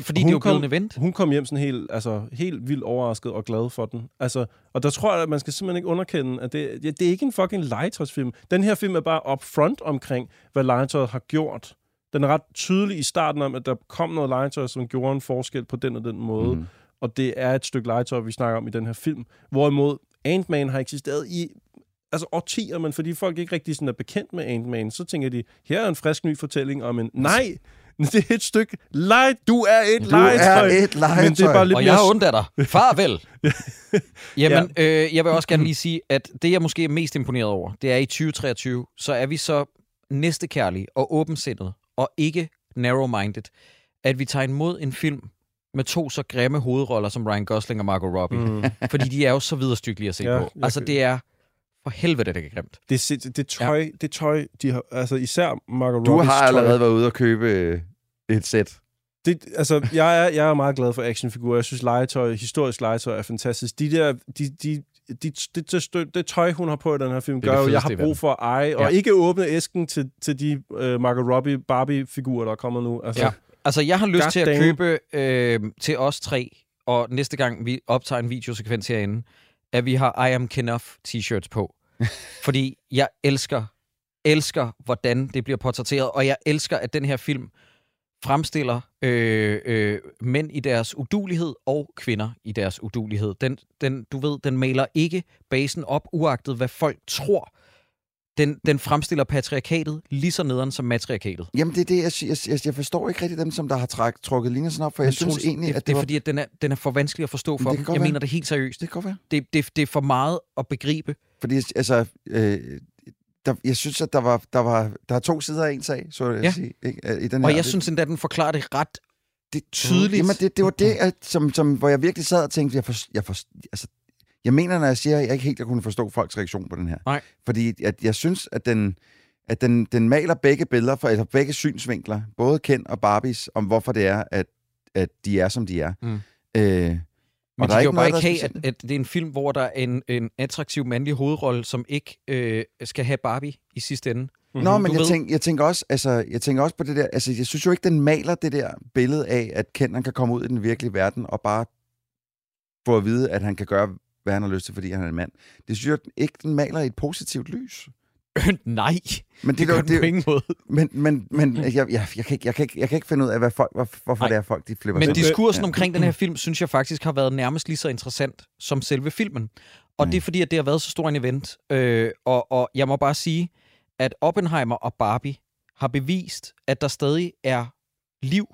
Speaker 3: fordi
Speaker 4: Hun
Speaker 3: det er jo
Speaker 4: kom-
Speaker 3: blevet en event.
Speaker 4: Hun kom hjem sådan helt, altså, helt vildt overrasket og glad for den. Altså, og der tror jeg, at man skal simpelthen ikke underkende, at det, ja, det er ikke en fucking legetøjsfilm. Den her film er bare upfront omkring, hvad legetøjet har gjort. Den er ret tydelig i starten om, at der kom noget legetøj, som gjorde en forskel på den og den måde. Mm. Og det er et stykke legetøj, vi snakker om i den her film. Hvorimod Ant-Man har eksisteret i altså årtier, men fordi folk ikke rigtig sådan er bekendt med Ant-Man, så tænker de, her er en frisk ny fortælling om en... Nej! Det er et stykke leg. Du er et
Speaker 5: Du
Speaker 4: legetøj.
Speaker 5: er et legetøj.
Speaker 4: Men det er bare lidt
Speaker 3: Og
Speaker 4: mere...
Speaker 3: jeg har ondt af dig. Farvel! Jamen, øh, jeg vil også gerne lige sige, at det, jeg måske er mest imponeret over, det er i 2023, så er vi så næstekærlige og åbensindede, og ikke narrow-minded, at vi tager imod en film med to så grimme hovedroller som Ryan Gosling og Margot Robbie. Mm. Fordi de er jo så viderestykkelige at se
Speaker 4: Ja,
Speaker 3: ja, på.
Speaker 4: jeg
Speaker 3: Altså,
Speaker 4: kan-
Speaker 3: det er for helvede, det er grimt.
Speaker 4: det, sind- det, det, tøj, ja. det tøj, de har, altså især Margot
Speaker 5: Du
Speaker 4: Robbies
Speaker 5: har
Speaker 4: tøj.
Speaker 5: allerede været ude og købe øh, et sæt.
Speaker 4: Det, altså, jeg er, jeg er meget glad for actionfigurer. Jeg synes, legetøj, historisk legetøj er fantastisk. De der, de, de, de, det, det, stø- det tøj, hun har på i den her film,
Speaker 3: Det er det
Speaker 4: gør jo,
Speaker 3: fedeste
Speaker 4: jeg har
Speaker 3: i verden.
Speaker 4: brug for at eje, og
Speaker 3: Ja.
Speaker 4: ikke åbne æsken til, til de øh, Margot Robbie Barbie-figurer, der kommer nu. Altså,
Speaker 3: Ja. Altså, jeg har lyst
Speaker 4: God
Speaker 3: til at
Speaker 4: damn.
Speaker 3: købe øh, til os tre, og næste gang vi optager en videosekvens herinde, at vi har I am Kenough t-shirts på. Fordi jeg elsker, elsker, hvordan det bliver portrætteret, og jeg elsker, at den her film fremstiller øh, øh, mænd i deres udulighed og kvinder i deres udulighed. Den, den, du ved, den maler ikke basen op, uagtet hvad folk tror. Den, den fremstiller patriarkatet lige så nederen som matriarkatet.
Speaker 5: Jamen, det er det, jeg, sy- jeg, jeg, jeg forstår ikke rigtig dem, som der har træk, trukket linjen sådan op, for
Speaker 3: Men
Speaker 5: jeg synes
Speaker 3: Troels,
Speaker 5: egentlig,
Speaker 3: det,
Speaker 5: at
Speaker 3: det
Speaker 5: det
Speaker 3: er
Speaker 5: var...
Speaker 3: fordi, at den er, den er for vanskelig at forstå for
Speaker 5: det kan
Speaker 3: dem.
Speaker 5: godt
Speaker 3: Jeg
Speaker 5: være.
Speaker 3: mener det helt seriøst.
Speaker 5: Det kan godt være.
Speaker 3: Det, det, det er for meget at begribe.
Speaker 5: Fordi, altså, øh, der, jeg synes, at der var, der var der er to sider af en sag, så jeg
Speaker 3: Ja.
Speaker 5: ja. sige, ikke? Øh, i den her.
Speaker 3: Og jeg
Speaker 5: Det-
Speaker 3: synes endda, at den forklarer det ret
Speaker 5: det er
Speaker 3: tydeligt.
Speaker 5: Jamen, det, det var det, at, som, som, hvor jeg virkelig sad og tænkte, jeg, for, jeg, for, altså, jeg mener, når jeg siger, at jeg ikke helt har kunnet forstå folks reaktion på den her.
Speaker 3: Nej.
Speaker 5: Fordi at jeg synes, at den, at den, den maler begge billeder, for, altså begge synsvinkler, både Ken og Barbies, om hvorfor det er, at, at de er, som de er.
Speaker 3: Mm.
Speaker 5: Øh,
Speaker 3: Men
Speaker 5: Og
Speaker 3: de
Speaker 5: der er
Speaker 3: kan jo
Speaker 5: ikke
Speaker 3: bare
Speaker 5: noget,
Speaker 3: ikke
Speaker 5: der er
Speaker 3: have, at, at det er en film, hvor der er en, en attraktiv mandlig hovedrolle, som ikke øh, skal have Barbie i sidste ende.
Speaker 4: Mm-hmm.
Speaker 5: Nå,
Speaker 3: Mhm.
Speaker 5: men
Speaker 3: Du
Speaker 5: jeg,
Speaker 3: ved-
Speaker 5: tænk, jeg, tænker også, altså, jeg tænker også på det der, altså jeg synes jo ikke, den maler det der billede af, at Ken han kan komme ud i den virkelige verden og bare få at vide, at han kan gøre, hvad han har lyst til, fordi han er en mand. Det synes jeg ikke, den maler i et positivt lys.
Speaker 3: Nej,
Speaker 5: Men
Speaker 3: det
Speaker 5: er
Speaker 3: gør
Speaker 5: jo-
Speaker 3: den på
Speaker 5: er jo-
Speaker 3: ingen måde.
Speaker 5: men, men, men jeg, jeg, jeg, kan ikke, jeg, kan ikke, jeg kan ikke finde ud af, hvad folk, hvor, hvorfor
Speaker 3: Nej.
Speaker 5: det er, folk de flipper
Speaker 3: Men
Speaker 5: sig.
Speaker 3: diskursen
Speaker 5: Ja.
Speaker 3: omkring den her film, synes jeg faktisk har været nærmest lige så interessant som selve filmen. Og
Speaker 5: Mm.
Speaker 3: det er fordi, at det har været så stor en event. Øh, og, og jeg må bare sige, at Oppenheimer og Barbie har bevist, at der stadig er liv,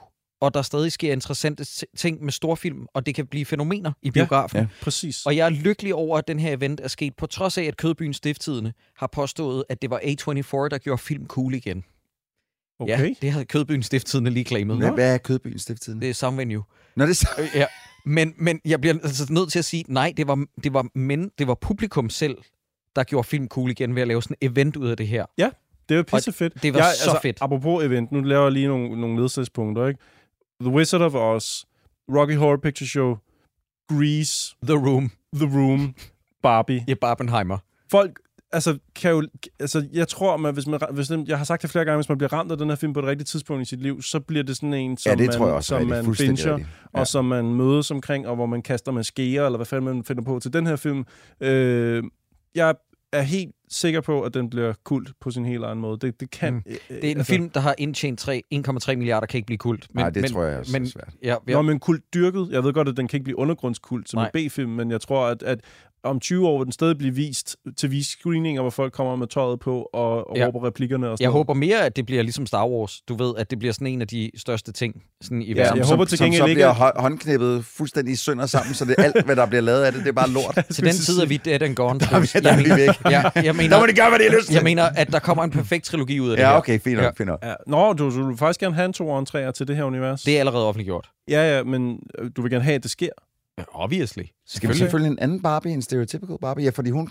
Speaker 3: og der stadig sker interessante s- ting med storfilm, og det kan blive fænomener i biografen.
Speaker 5: ja.
Speaker 4: Præcis.
Speaker 3: Og jeg er lykkelig over, at den her event er sket, på trods af, at Kødbyen Stifttidene har påstået, at det var A24, der gjorde film cool igen.
Speaker 4: Okay.
Speaker 3: Ja, det havde Kødbyen Stifttidene lige claimet.
Speaker 5: Hvad, hvad er Kødbyen stifttiden?
Speaker 3: Det er samme venue.
Speaker 5: Nå, det er så...
Speaker 3: Øh, ja. Men, men jeg bliver altså nødt til at sige, nej, det var, det var, men, det var publikum selv, der gjorde film cool igen ved at lave sådan en event ud af det her.
Speaker 4: Det var pissefedt.
Speaker 3: det var så fedt.
Speaker 4: altså, Apropos event, nu laver jeg lige nogle, nogle nedslagspunkter, ikke? The Wizard of Oz, Rocky Horror Picture Show, Grease,
Speaker 3: The Room,
Speaker 4: The Room, Barbie.
Speaker 3: Jeppe Oppenheimer.
Speaker 4: Folk, altså, kan jo, altså, jeg tror, man, hvis man, hvis den, jeg har sagt det flere gange, hvis man bliver ramt af den her film på et rigtigt tidspunkt i sit liv, så bliver det sådan en, som
Speaker 5: Ja, det
Speaker 4: man,
Speaker 5: tror jeg også
Speaker 4: som
Speaker 5: er rigtigt.
Speaker 4: man
Speaker 5: Fuldstændig
Speaker 4: binger,
Speaker 5: rigtigt. Ja.
Speaker 4: og som man mødes omkring, og hvor man kaster med skeer, eller hvad fanden man finder på til den her film. Øh, jeg er helt sikker på, at den bliver kult på sin helt egen måde. Det, det kan...
Speaker 3: Mm.
Speaker 4: øh,
Speaker 3: Det er en altså, film, der har indtjent tre- 1,3 milliarder, kan ikke blive kult.
Speaker 5: Nej, det
Speaker 3: men,
Speaker 5: tror jeg også
Speaker 3: men,
Speaker 5: er svært.
Speaker 3: Ja,
Speaker 4: Ja. Nå,
Speaker 3: ja,
Speaker 4: men kult dyrket. Jeg ved godt, at den kan ikke blive undergrundskult som
Speaker 3: Nej.
Speaker 4: en B-film, men jeg tror, at, at om 20 år vil den stadig blive vist til vise screeninger, hvor folk kommer med tøjet på og, og
Speaker 3: Ja.
Speaker 4: ja. råber replikkerne og sådan
Speaker 3: jeg
Speaker 4: noget.
Speaker 3: håber mere, at det bliver ligesom Star Wars. Du ved, at det bliver sådan en af de største ting sådan i ja,
Speaker 4: jeg
Speaker 3: verden.
Speaker 4: håber til gengæld
Speaker 5: som,
Speaker 4: ikke,
Speaker 5: så bliver
Speaker 4: at-
Speaker 5: hå- håndknippet fuldstændig i sønder sammen, så det er alt, hvad der bliver lavet af det, det er bare lort.
Speaker 3: Til den tid er vi dead and gone. Der
Speaker 5: vi- der er vi væk.
Speaker 3: Ja, jeg mener,
Speaker 5: Der må de gøre, hvad de har lyst til.
Speaker 3: jeg mener, at der kommer en perfekt trilogi ud af det
Speaker 5: Ja,
Speaker 3: her.
Speaker 5: okay, fint
Speaker 3: Ja.
Speaker 5: nok, fint nok.
Speaker 4: Ja. Nå, du, du vil faktisk gerne have en to entréer til det her univers.
Speaker 3: Det er allerede offentliggjort.
Speaker 4: Ja, ja, men øh, du vil gerne have, at det sker.
Speaker 3: Ja, Obviously.
Speaker 5: Skal vi selvfølgelig en anden Barbie, en stereotypical Barbie? Ja, fordi hun...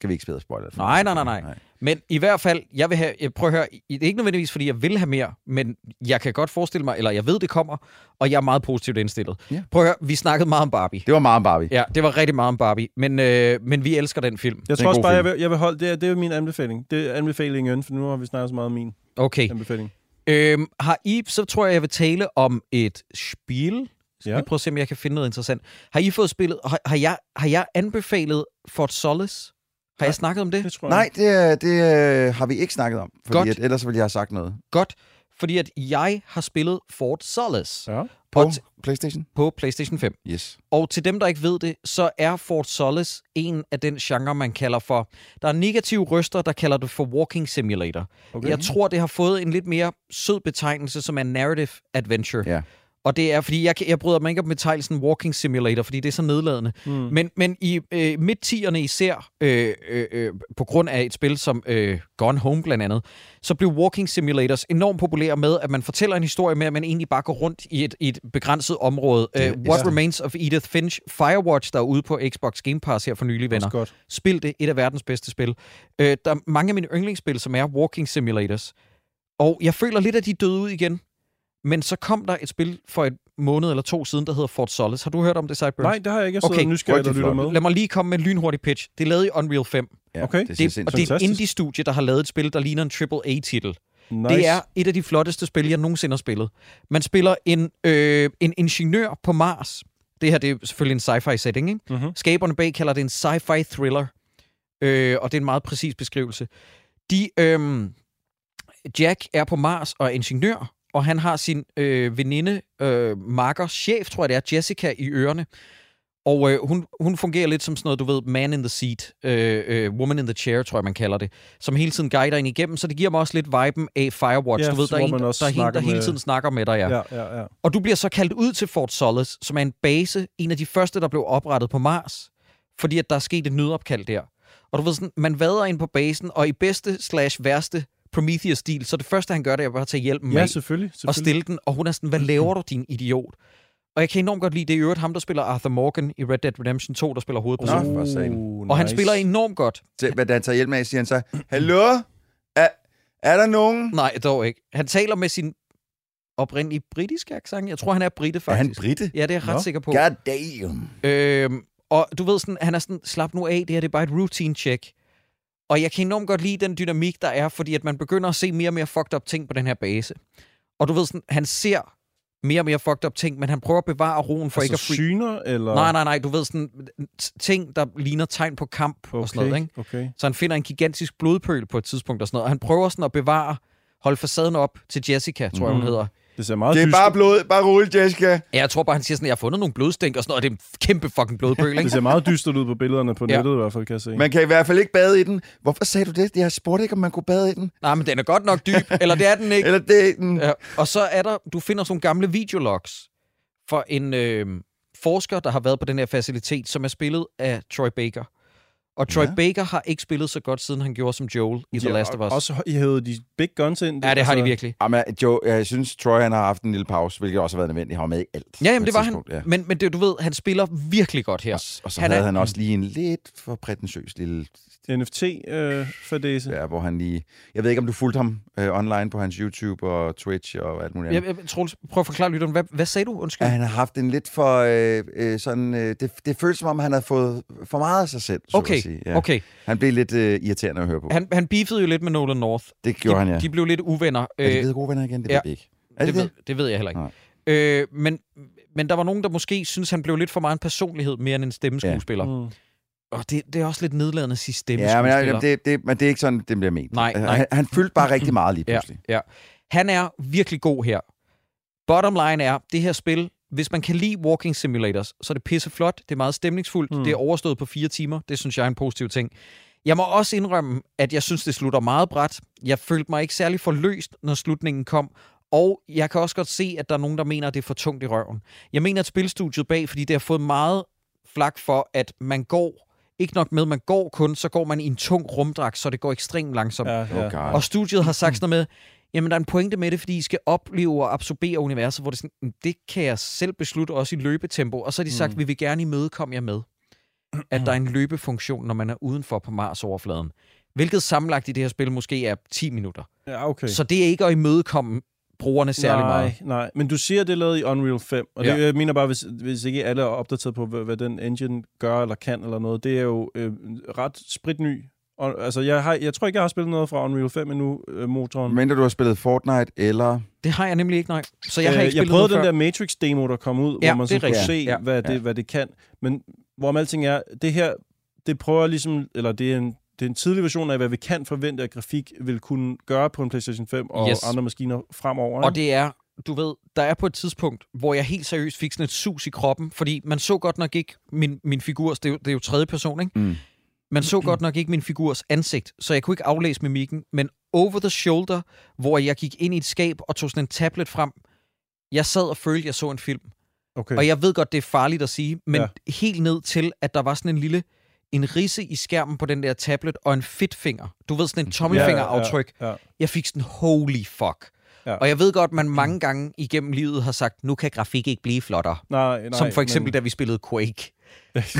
Speaker 5: Skal vi ikke spille spoiler?
Speaker 3: Nej, nej, nej, nej. Men i hvert fald, jeg vil have, jeg prøv at høre, i- det er ikke nødvendigvis, fordi jeg vil have mere, men jeg kan godt forestille mig, eller jeg ved, det kommer, og jeg er meget positivt indstillet.
Speaker 5: Ja.
Speaker 3: Prøv at høre, vi snakkede meget om Barbie.
Speaker 5: Det var meget om Barbie.
Speaker 3: Ja, det var rigtig meget om Barbie, men, øh, men vi elsker den film.
Speaker 4: Jeg
Speaker 5: Det er
Speaker 4: tror
Speaker 5: en
Speaker 4: også
Speaker 5: god
Speaker 4: bare, jeg
Speaker 5: film.
Speaker 4: vil, jeg vil holde... Det er, det er min anbefaling. Det er anbefalingen, for nu har vi snakket så meget om min
Speaker 3: Okay.
Speaker 4: anbefaling.
Speaker 3: Øhm, har I, så tror jeg, jeg vil tale om et spil. Skal
Speaker 4: Ja.
Speaker 3: ja. vi prøve at se, om jeg kan finde noget interessant. Har I fået spillet, har, har, jeg, har jeg anbefalet Fort Solace? Har jeg snakket om det?
Speaker 4: Det tror jeg.
Speaker 5: Nej, det, øh, det øh, har vi ikke snakket om, fordi
Speaker 3: Godt.
Speaker 5: at, ellers ville jeg have sagt noget.
Speaker 3: Godt, fordi at jeg har spillet Fort Solace
Speaker 4: Ja.
Speaker 5: På
Speaker 3: Og
Speaker 5: PlayStation?
Speaker 3: på PlayStation 5.
Speaker 5: Yes.
Speaker 3: Og til dem, der ikke ved det, så er Fort Solace en af den genre, man kalder for... Der er negative røster, der kalder det for Walking Simulator. Okay. Jeg tror, det har fået en lidt mere sød betegnelse, som er Narrative Adventure.
Speaker 5: Ja.
Speaker 3: Og det er, fordi jeg, kan- jeg bryder mig ikke om betegnelsen Walking Simulator, fordi det er så nedladende. Mm. Men, men i øh, midtierne især, øh, øh, øh, på grund af et spil som øh, Gone Home blandt andet, så blev Walking Simulators enormt populære med, at man fortæller en historie med, at man egentlig bare går rundt i et, i et begrænset område. Øh, What Remains of Edith Finch, Firewatch, der er ude på Xbox Game Pass her for nylig, venner.
Speaker 4: godt.
Speaker 3: Spil det, et af verdens bedste spil. Øh, der er mange af mine yndlingsspil, som er Walking Simulators. Og jeg føler lidt, at de er døde ud igen. Men så kom der et spil for et måned eller to siden, der hedder Fort Solace. Har du hørt om det, Sideburns?
Speaker 4: Nej, det har jeg ikke. Jeg sidder
Speaker 3: Okay,
Speaker 4: okay. nysgerrig og
Speaker 5: rigtig
Speaker 4: lytter
Speaker 5: flot.
Speaker 4: med.
Speaker 3: Lad mig lige komme med en lynhurtig pitch. Det er lavet i Unreal 5.
Speaker 5: Ja,
Speaker 4: Okay.
Speaker 5: Det,
Speaker 3: Det, og det er et
Speaker 4: Fantastisk.
Speaker 3: indie-studie, der har lavet et spil, der ligner en AAA-titel.
Speaker 4: Nice.
Speaker 3: Det er et af de flotteste spil, jeg nogensinde har spillet. Man spiller en, øh, en ingeniør på Mars. Det her det er selvfølgelig en sci-fi setting. Ikke?
Speaker 4: Mhm.
Speaker 3: Skaberne bag kalder det en sci-fi thriller. Øh, og det er en meget præcis beskrivelse. De, øh, Jack er på Mars og er ingeniør, og han har sin øh, veninde, øh, marker, chef, tror jeg det er, Jessica, i ørerne. Og øh, hun, hun fungerer lidt som sådan noget, du ved, man in the seat, øh, øh, woman in the chair, tror jeg, man kalder det, som hele tiden guider en igennem, så det giver mig også lidt viben af Firewatch.
Speaker 4: Ja,
Speaker 3: du ved, der er
Speaker 4: hvor
Speaker 3: en,
Speaker 4: man
Speaker 3: der,
Speaker 4: også
Speaker 3: der, er en,
Speaker 4: snakker
Speaker 3: der hele
Speaker 4: med-
Speaker 3: tiden snakker med dig, ja.
Speaker 4: Ja, ja, ja.
Speaker 3: Og du bliver så kaldt ud til Fort Solace, som er en base, en af de første, der blev oprettet på Mars, fordi at der er sket et nødopkald der. Og du ved sådan, man vader ind på basen, og i bedste slash værste Prometheus-stil, så det første, han gør, det er bare at tage hjælpen
Speaker 4: ja
Speaker 3: med
Speaker 4: selvfølgelig. selvfølgelig.
Speaker 3: og stille den, og hun er sådan, hvad laver du, din idiot? Og jeg kan enormt godt lide, det er i øvrigt ham, der spiller Arthur Morgan i Red Dead Redemption 2, der spiller hovedpersonen.
Speaker 5: Nå, for satan.
Speaker 3: Og han spiller enormt godt.
Speaker 5: Til, hvad da han tager hjælp med, siger han så, Hallo? Er, er der nogen?
Speaker 3: Nej, dog ikke. Han taler med sin oprindelige britiske accent. Jeg tror, han er brite,
Speaker 5: Er
Speaker 3: faktisk.
Speaker 5: han britte?
Speaker 3: Ja, det er jeg ret
Speaker 4: Nå.
Speaker 3: sikker på.
Speaker 5: God damn.
Speaker 3: Øhm, og du ved sådan, han er sådan, slap nu af, det her det er bare et routine check. Og jeg kan enormt godt lide den dynamik, der er, fordi at man begynder at se mere og mere fucked up ting på den her base. Og du ved sådan, han ser mere og mere fucked up ting, men han prøver at bevare roen for
Speaker 4: altså
Speaker 3: ikke at freak
Speaker 4: syner, eller?
Speaker 3: Nej, nej, nej, du ved sådan t- ting, der ligner tegn på kamp okay. og sådan noget, ikke?
Speaker 4: Okay.
Speaker 3: Så han finder en gigantisk blodpøl på et tidspunkt og sådan noget, og han prøver sådan at bevare, holde facaden op til Jessica, tror jeg, hun
Speaker 4: Mhm.
Speaker 3: hedder.
Speaker 4: Det ser meget
Speaker 5: Det er
Speaker 4: dyster.
Speaker 5: bare blod. Bare rolig, Jessica.
Speaker 3: Ja, jeg tror bare, han siger sådan, jeg har fundet nogle blodstænk og sådan noget, og det er en kæmpe fucking blodpøl,
Speaker 4: Det
Speaker 3: ikke?
Speaker 4: ser meget dystert ud på billederne på
Speaker 3: Ja.
Speaker 4: nettet, i hvert fald, kan jeg se.
Speaker 5: Man kan i hvert fald ikke bade i den. Hvorfor sagde du det? Jeg spurgte ikke, om man kunne bade i den.
Speaker 3: Nej, men den er godt nok dyb, eller det er den ikke.
Speaker 5: Eller det er den.
Speaker 3: Ja. Og så er der, du finder sådan nogle gamle videologs for en øh, forsker, der har været på den her facilitet, som er spillet af Troy Baker. Og Troy
Speaker 5: Ja.
Speaker 3: ja. Baker har ikke spillet så godt, siden han gjorde som Joel i The
Speaker 4: Ja,
Speaker 3: Last of
Speaker 4: og-
Speaker 3: Us.
Speaker 4: Også I havde de big guns ind.
Speaker 3: ja, det har de
Speaker 4: altså-
Speaker 3: virkelig.
Speaker 5: Jamen, Ah, øh, Joe, jeg synes, Troy han har haft en lille pause, hvilket også har været nødvendigt. Han var med i alt.
Speaker 3: Ja, jamen,
Speaker 5: på
Speaker 3: det
Speaker 5: et
Speaker 3: var han.
Speaker 5: tidspunkt,
Speaker 3: Ja.
Speaker 5: Ja.
Speaker 3: Men, men det, du ved, han spiller virkelig godt her.
Speaker 5: Og, s- og så
Speaker 3: Han
Speaker 5: han havde
Speaker 3: er-
Speaker 5: er... han også lige en lidt for prætentiøs lille...
Speaker 4: NFT øh, for det. Ja.
Speaker 5: Ja, hvor han lige... Jeg ved ikke, om du fulgte ham øh, online på hans YouTube og Twitch og alt muligt andet.
Speaker 3: Jeg, jeg, Troels, prøv at forklare lytteren, hvad, hvad sagde du? Undskyld.
Speaker 5: at han har haft en lidt for øh, øh, sådan... Øh, det, det føles som om, han har fået for meget af sig selv, så
Speaker 3: okay,
Speaker 5: at sige. Ja.
Speaker 3: okay.
Speaker 5: Han blev lidt øh, irriterende at høre på. Han,
Speaker 3: Han, han beefede jo lidt med Nolan North.
Speaker 5: det gjorde
Speaker 3: de,
Speaker 5: han, ja.
Speaker 3: De blev lidt uvenner.
Speaker 5: er de
Speaker 3: Øh,
Speaker 5: blevet gode venner igen? Det
Speaker 3: ja.
Speaker 5: ved vi ikke. Er det, det,
Speaker 3: ved, det ved jeg heller ikke.
Speaker 5: Nej.
Speaker 3: Øh, men, men der var nogen, der måske synes han blev lidt for meget en personlighed mere end en stemmeskuespiller. Ja.
Speaker 4: Mm.
Speaker 3: Og det, det er også lidt nedladende at sige
Speaker 5: Ja, men,
Speaker 3: stemmeskuespiller.
Speaker 5: jeg, det, det, men det er ikke sådan, det bliver ment.
Speaker 3: Nej,
Speaker 5: Øh,
Speaker 3: nej.
Speaker 5: Han, han fyldte bare rigtig meget lige pludselig.
Speaker 3: Ja, ja. Han er virkelig god her. Bottom line er, det her spil, hvis man kan lide walking simulators, så er det pisseflot, det er meget stemningsfuldt,
Speaker 4: Mm.
Speaker 3: mm. det er overstået på fire timer, det synes jeg er en positiv ting. Jeg må også indrømme, at jeg synes, det slutter meget bræt. Jeg følte mig ikke særlig forløst, når slutningen kom, og jeg kan også godt se, at der er nogen, der mener, at det er for tungt i røven. Jeg mener, at spilstudiet bag, fordi det har fået meget flak for, at man går, ikke nok med, man går kun, så går man i en tung rumdragt, så det går ekstremt langsomt.
Speaker 4: Ja,
Speaker 5: Ja.
Speaker 4: ja.
Speaker 5: Oh, God.
Speaker 3: Og studiet har sagt sådan noget med, jamen der er en pointe med det, fordi I skal opleve og absorbere universet, hvor det er sådan, "Mm, det kan jeg selv beslutte også i løbetempo. Og så har de sagt,
Speaker 4: Mm.
Speaker 3: mm. vi vil gerne imødekomme jer med, at der er en løbefunktion, når man er udenfor på Mars-overfladen. Hvilket sammenlagt i det her spil måske er 10 minutter.
Speaker 4: ja, okay.
Speaker 3: Så det er ikke at imødekomme brugerne særlig
Speaker 4: nej,
Speaker 3: meget.
Speaker 4: Nej, men du siger, det er lavet i Unreal 5, og ja.
Speaker 3: Ja.
Speaker 4: det, jeg mener bare, hvis, hvis ikke alle er opdateret på, hvad, hvad den engine gør eller kan eller noget, det er jo øh, ret spritny. Og, altså, jeg, har, jeg tror ikke, jeg har spillet noget fra Unreal 5 endnu, øh, motoren.
Speaker 5: Mindre du har spillet Fortnite, eller...
Speaker 3: Det har jeg nemlig ikke, nej. Så jeg har ikke
Speaker 4: Øh, jeg
Speaker 3: spillet
Speaker 4: prøvede
Speaker 3: noget
Speaker 4: den
Speaker 3: før.
Speaker 4: der Matrix-demo, der kom ud,
Speaker 3: Ja,
Speaker 4: hvor man
Speaker 3: det er
Speaker 4: så kunne se,
Speaker 3: rigtigt. Ja,
Speaker 4: hvad, det,
Speaker 5: ja.
Speaker 4: hvad det kan. Men hvorom alting er, det her, det prøver ligesom, eller det er en, det er en tidlig version af, hvad vi kan forvente, at grafik vil kunne gøre på en PlayStation 5 og
Speaker 3: Yes.
Speaker 4: andre maskiner fremover.
Speaker 3: Og
Speaker 4: ikke?
Speaker 3: det er, du ved, der er på et tidspunkt, hvor jeg helt seriøst fik sådan et sus i kroppen, fordi man så godt nok ikke min, min figur, det er, jo, det er jo tredje person, ikke?
Speaker 5: Mm.
Speaker 3: Man så godt nok ikke min figurs ansigt, så jeg kunne ikke aflæse mimikken, men over the shoulder, hvor jeg gik ind i et skab og tog sådan en tablet frem, jeg sad og følte, jeg så en film.
Speaker 4: okay.
Speaker 3: Og jeg ved godt, det er farligt at sige, men
Speaker 4: Ja.
Speaker 3: ja. helt ned til, at der var sådan en lille en risse i skærmen på den der tablet, og en fedtfinger. Du ved, sådan en tommelfingeraftryk.
Speaker 4: Ja, ja, ja.
Speaker 3: Jeg fik sådan, holy fuck.
Speaker 4: Ja. Mm.
Speaker 3: Ja. Og jeg ved godt, man mange gange igennem livet har sagt, nu kan grafik ikke blive flottere.
Speaker 4: Nej, nej,
Speaker 3: Som for eksempel,
Speaker 4: men-
Speaker 3: men... da vi spillede Quake.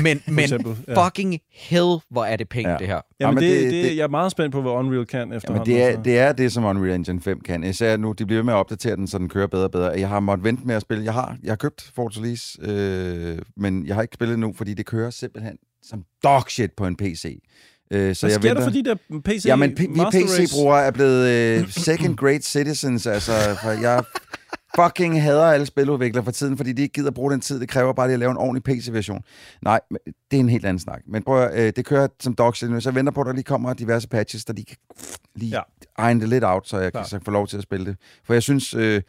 Speaker 3: Men, men
Speaker 4: eksempel, ja.
Speaker 3: fucking hell, hvor er det pænt,
Speaker 5: Ja.
Speaker 3: ja. det her.
Speaker 4: Jamen,
Speaker 5: Jamen,
Speaker 4: det, det,
Speaker 5: det-
Speaker 4: det,
Speaker 5: det-
Speaker 4: jeg er meget spændt på, hvad Unreal kan
Speaker 5: Jamen,
Speaker 4: efterhånden.
Speaker 5: det, er,
Speaker 4: altså.
Speaker 5: det er det, som Unreal Engine 5 kan. Især nu, de bliver ved med at opdatere den, så den kører bedre og bedre. Jeg har måttet vente med at spille. Jeg har, jeg har købt Forza Lease, øh, men jeg har ikke spillet nu, fordi det kører simpelthen som dog shit på en PC. Øh, så
Speaker 4: Hvad
Speaker 5: jeg
Speaker 4: sker
Speaker 5: venter.
Speaker 4: der for de der PC
Speaker 5: Ja, men vi
Speaker 4: Master Race?
Speaker 5: PC-brugere er blevet øh, second grade citizens, altså for jeg fucking hader alle spiludviklere for tiden, fordi de ikke gider bruge den tid, det kræver bare lige at lave en ordentlig PC-version. Nej, men det er en helt anden snak. Men prøv at, øh, det kører som dog nu, så jeg venter på, at der lige kommer diverse patches, der lige kan lige
Speaker 4: Ja.
Speaker 5: ja. egne det lidt out, så jeg kan
Speaker 4: Klart.
Speaker 5: så få lov til at spille det. For jeg synes, øh,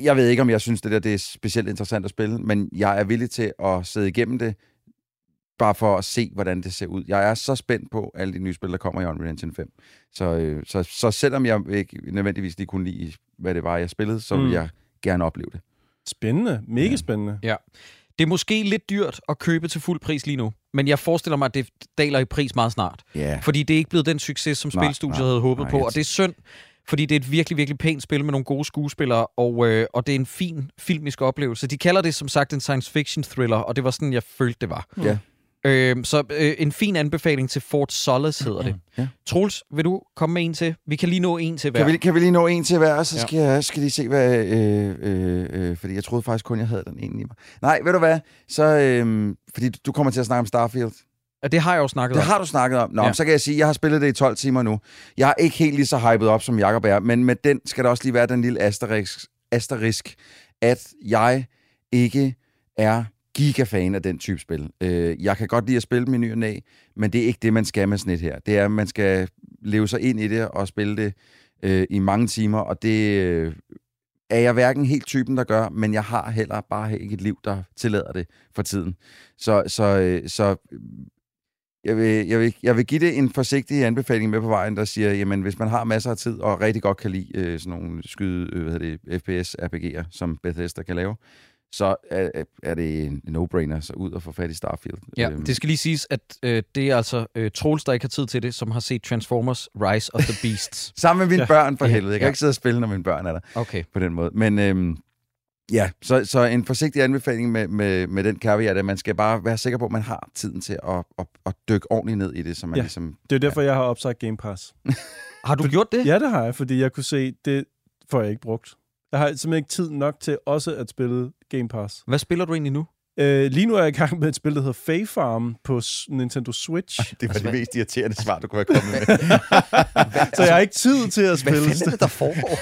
Speaker 5: jeg ved ikke, om jeg synes, det der det er specielt interessant at spille, men jeg er villig til at sidde igennem det, bare for at se, hvordan det ser ud. Jeg er så spændt på alle de nye spil, der kommer i Unreal Engine 5. Så, øh, så, så selvom jeg ikke nødvendigvis lige kunne lide, hvad det var, jeg spillede, så mm.
Speaker 4: Mm.
Speaker 5: vil jeg gerne opleve det.
Speaker 4: Spændende. Mega spændende.
Speaker 3: Det er måske lidt dyrt at købe til fuld pris lige nu, men jeg forestiller mig, at det daler i pris meget snart.
Speaker 5: Ja.
Speaker 3: Fordi det er ikke blevet den succes, som
Speaker 5: Nej,
Speaker 3: spilstudiet
Speaker 5: nej,
Speaker 3: havde håbet
Speaker 5: nej,
Speaker 3: på,
Speaker 5: jeg
Speaker 3: og det er synd, fordi det er et virkelig, virkelig pænt spil med nogle gode skuespillere, og, øh, og det er en fin filmisk oplevelse. De kalder det som sagt en science fiction thriller, og det var sådan, jeg følte, det var.
Speaker 5: Ja.
Speaker 3: Øh, så øh, en fin anbefaling til Fort Solace hedder det.
Speaker 5: Ja.
Speaker 3: Troels, vil du komme med en til? Vi kan lige nå en til hver.
Speaker 5: Kan vi, kan vi lige nå en til hver, og så
Speaker 3: Ja.
Speaker 5: skal, jeg, skal de se, hvad... Øh, øh, øh, fordi jeg troede faktisk kun, jeg havde den ene i mig. Nej, ved du hvad? Så, øh, fordi du- du kommer til at snakke om Starfield.
Speaker 3: Og Det har jeg jo snakket
Speaker 5: Det
Speaker 3: om.
Speaker 5: har du snakket om. Nå,
Speaker 3: Ja.
Speaker 5: ja. så kan jeg sige, at jeg har spillet det i 12 timer nu. Jeg er ikke helt lige så hyped op, som Jacob er, men med den skal der også lige være den lille asterisk, asterisk at jeg ikke er gigafan af den type spil. Øh, jeg kan godt lide at spille dem i ny og næ, men det er ikke det, man skal med sådan et her. Det er, at man skal leve sig ind i det og spille det øh, i mange timer, og det øh, er jeg hverken helt typen, der gør, men jeg har heller bare ikke et liv, der tillader det for tiden. Så, så, øh, så jeg vil, jeg, vil, jeg vil give det en forsigtig anbefaling med på vejen, der siger, jamen hvis man har masser af tid og rigtig godt kan lide øh, sådan nogle skyde, øh, hvad hedder det, FPS-RPG'er, som Bethesda kan lave, så er, er det en no-brainer, så ud og få fat i Starfield.
Speaker 3: Ja,
Speaker 5: Øhm,
Speaker 3: det skal lige siges, at øh, det er altså øh, Troels, der ikke har tid til det, som har set Transformers Rise of the Beasts.
Speaker 5: Sammen med mine ja. børn, for
Speaker 3: Ja.
Speaker 5: helvede. Jeg kan
Speaker 3: Ja.
Speaker 5: ikke sidde og spille, når mine børn er der.
Speaker 3: Okay.
Speaker 5: på den måde. Men øhm, ja, så, så en forsigtig anbefaling med, med, med den caveat, at man skal bare være sikker på, at man har tiden til at, at, at dykke ordentligt ned i det, så man ja.
Speaker 4: Ja.
Speaker 5: ligesom...
Speaker 4: Det er jo derfor, jeg har opsagt Game Pass.
Speaker 3: Har du gjort det?
Speaker 4: Ja, det har jeg, fordi jeg kunne se, det får jeg ikke brugt. Jeg har simpelthen ikke tid nok til også at spille Game Pass.
Speaker 3: Hvad spiller du egentlig nu?
Speaker 4: Øh, lige nu er jeg i gang med et spil, der hedder Fae Farm på s- Nintendo Switch.
Speaker 5: Det var
Speaker 3: Altså,
Speaker 5: det
Speaker 3: hvad-
Speaker 5: mest irriterende svar, du kunne have kommet med.
Speaker 4: så jeg har ikke tid til at spille.
Speaker 3: det, der foregår?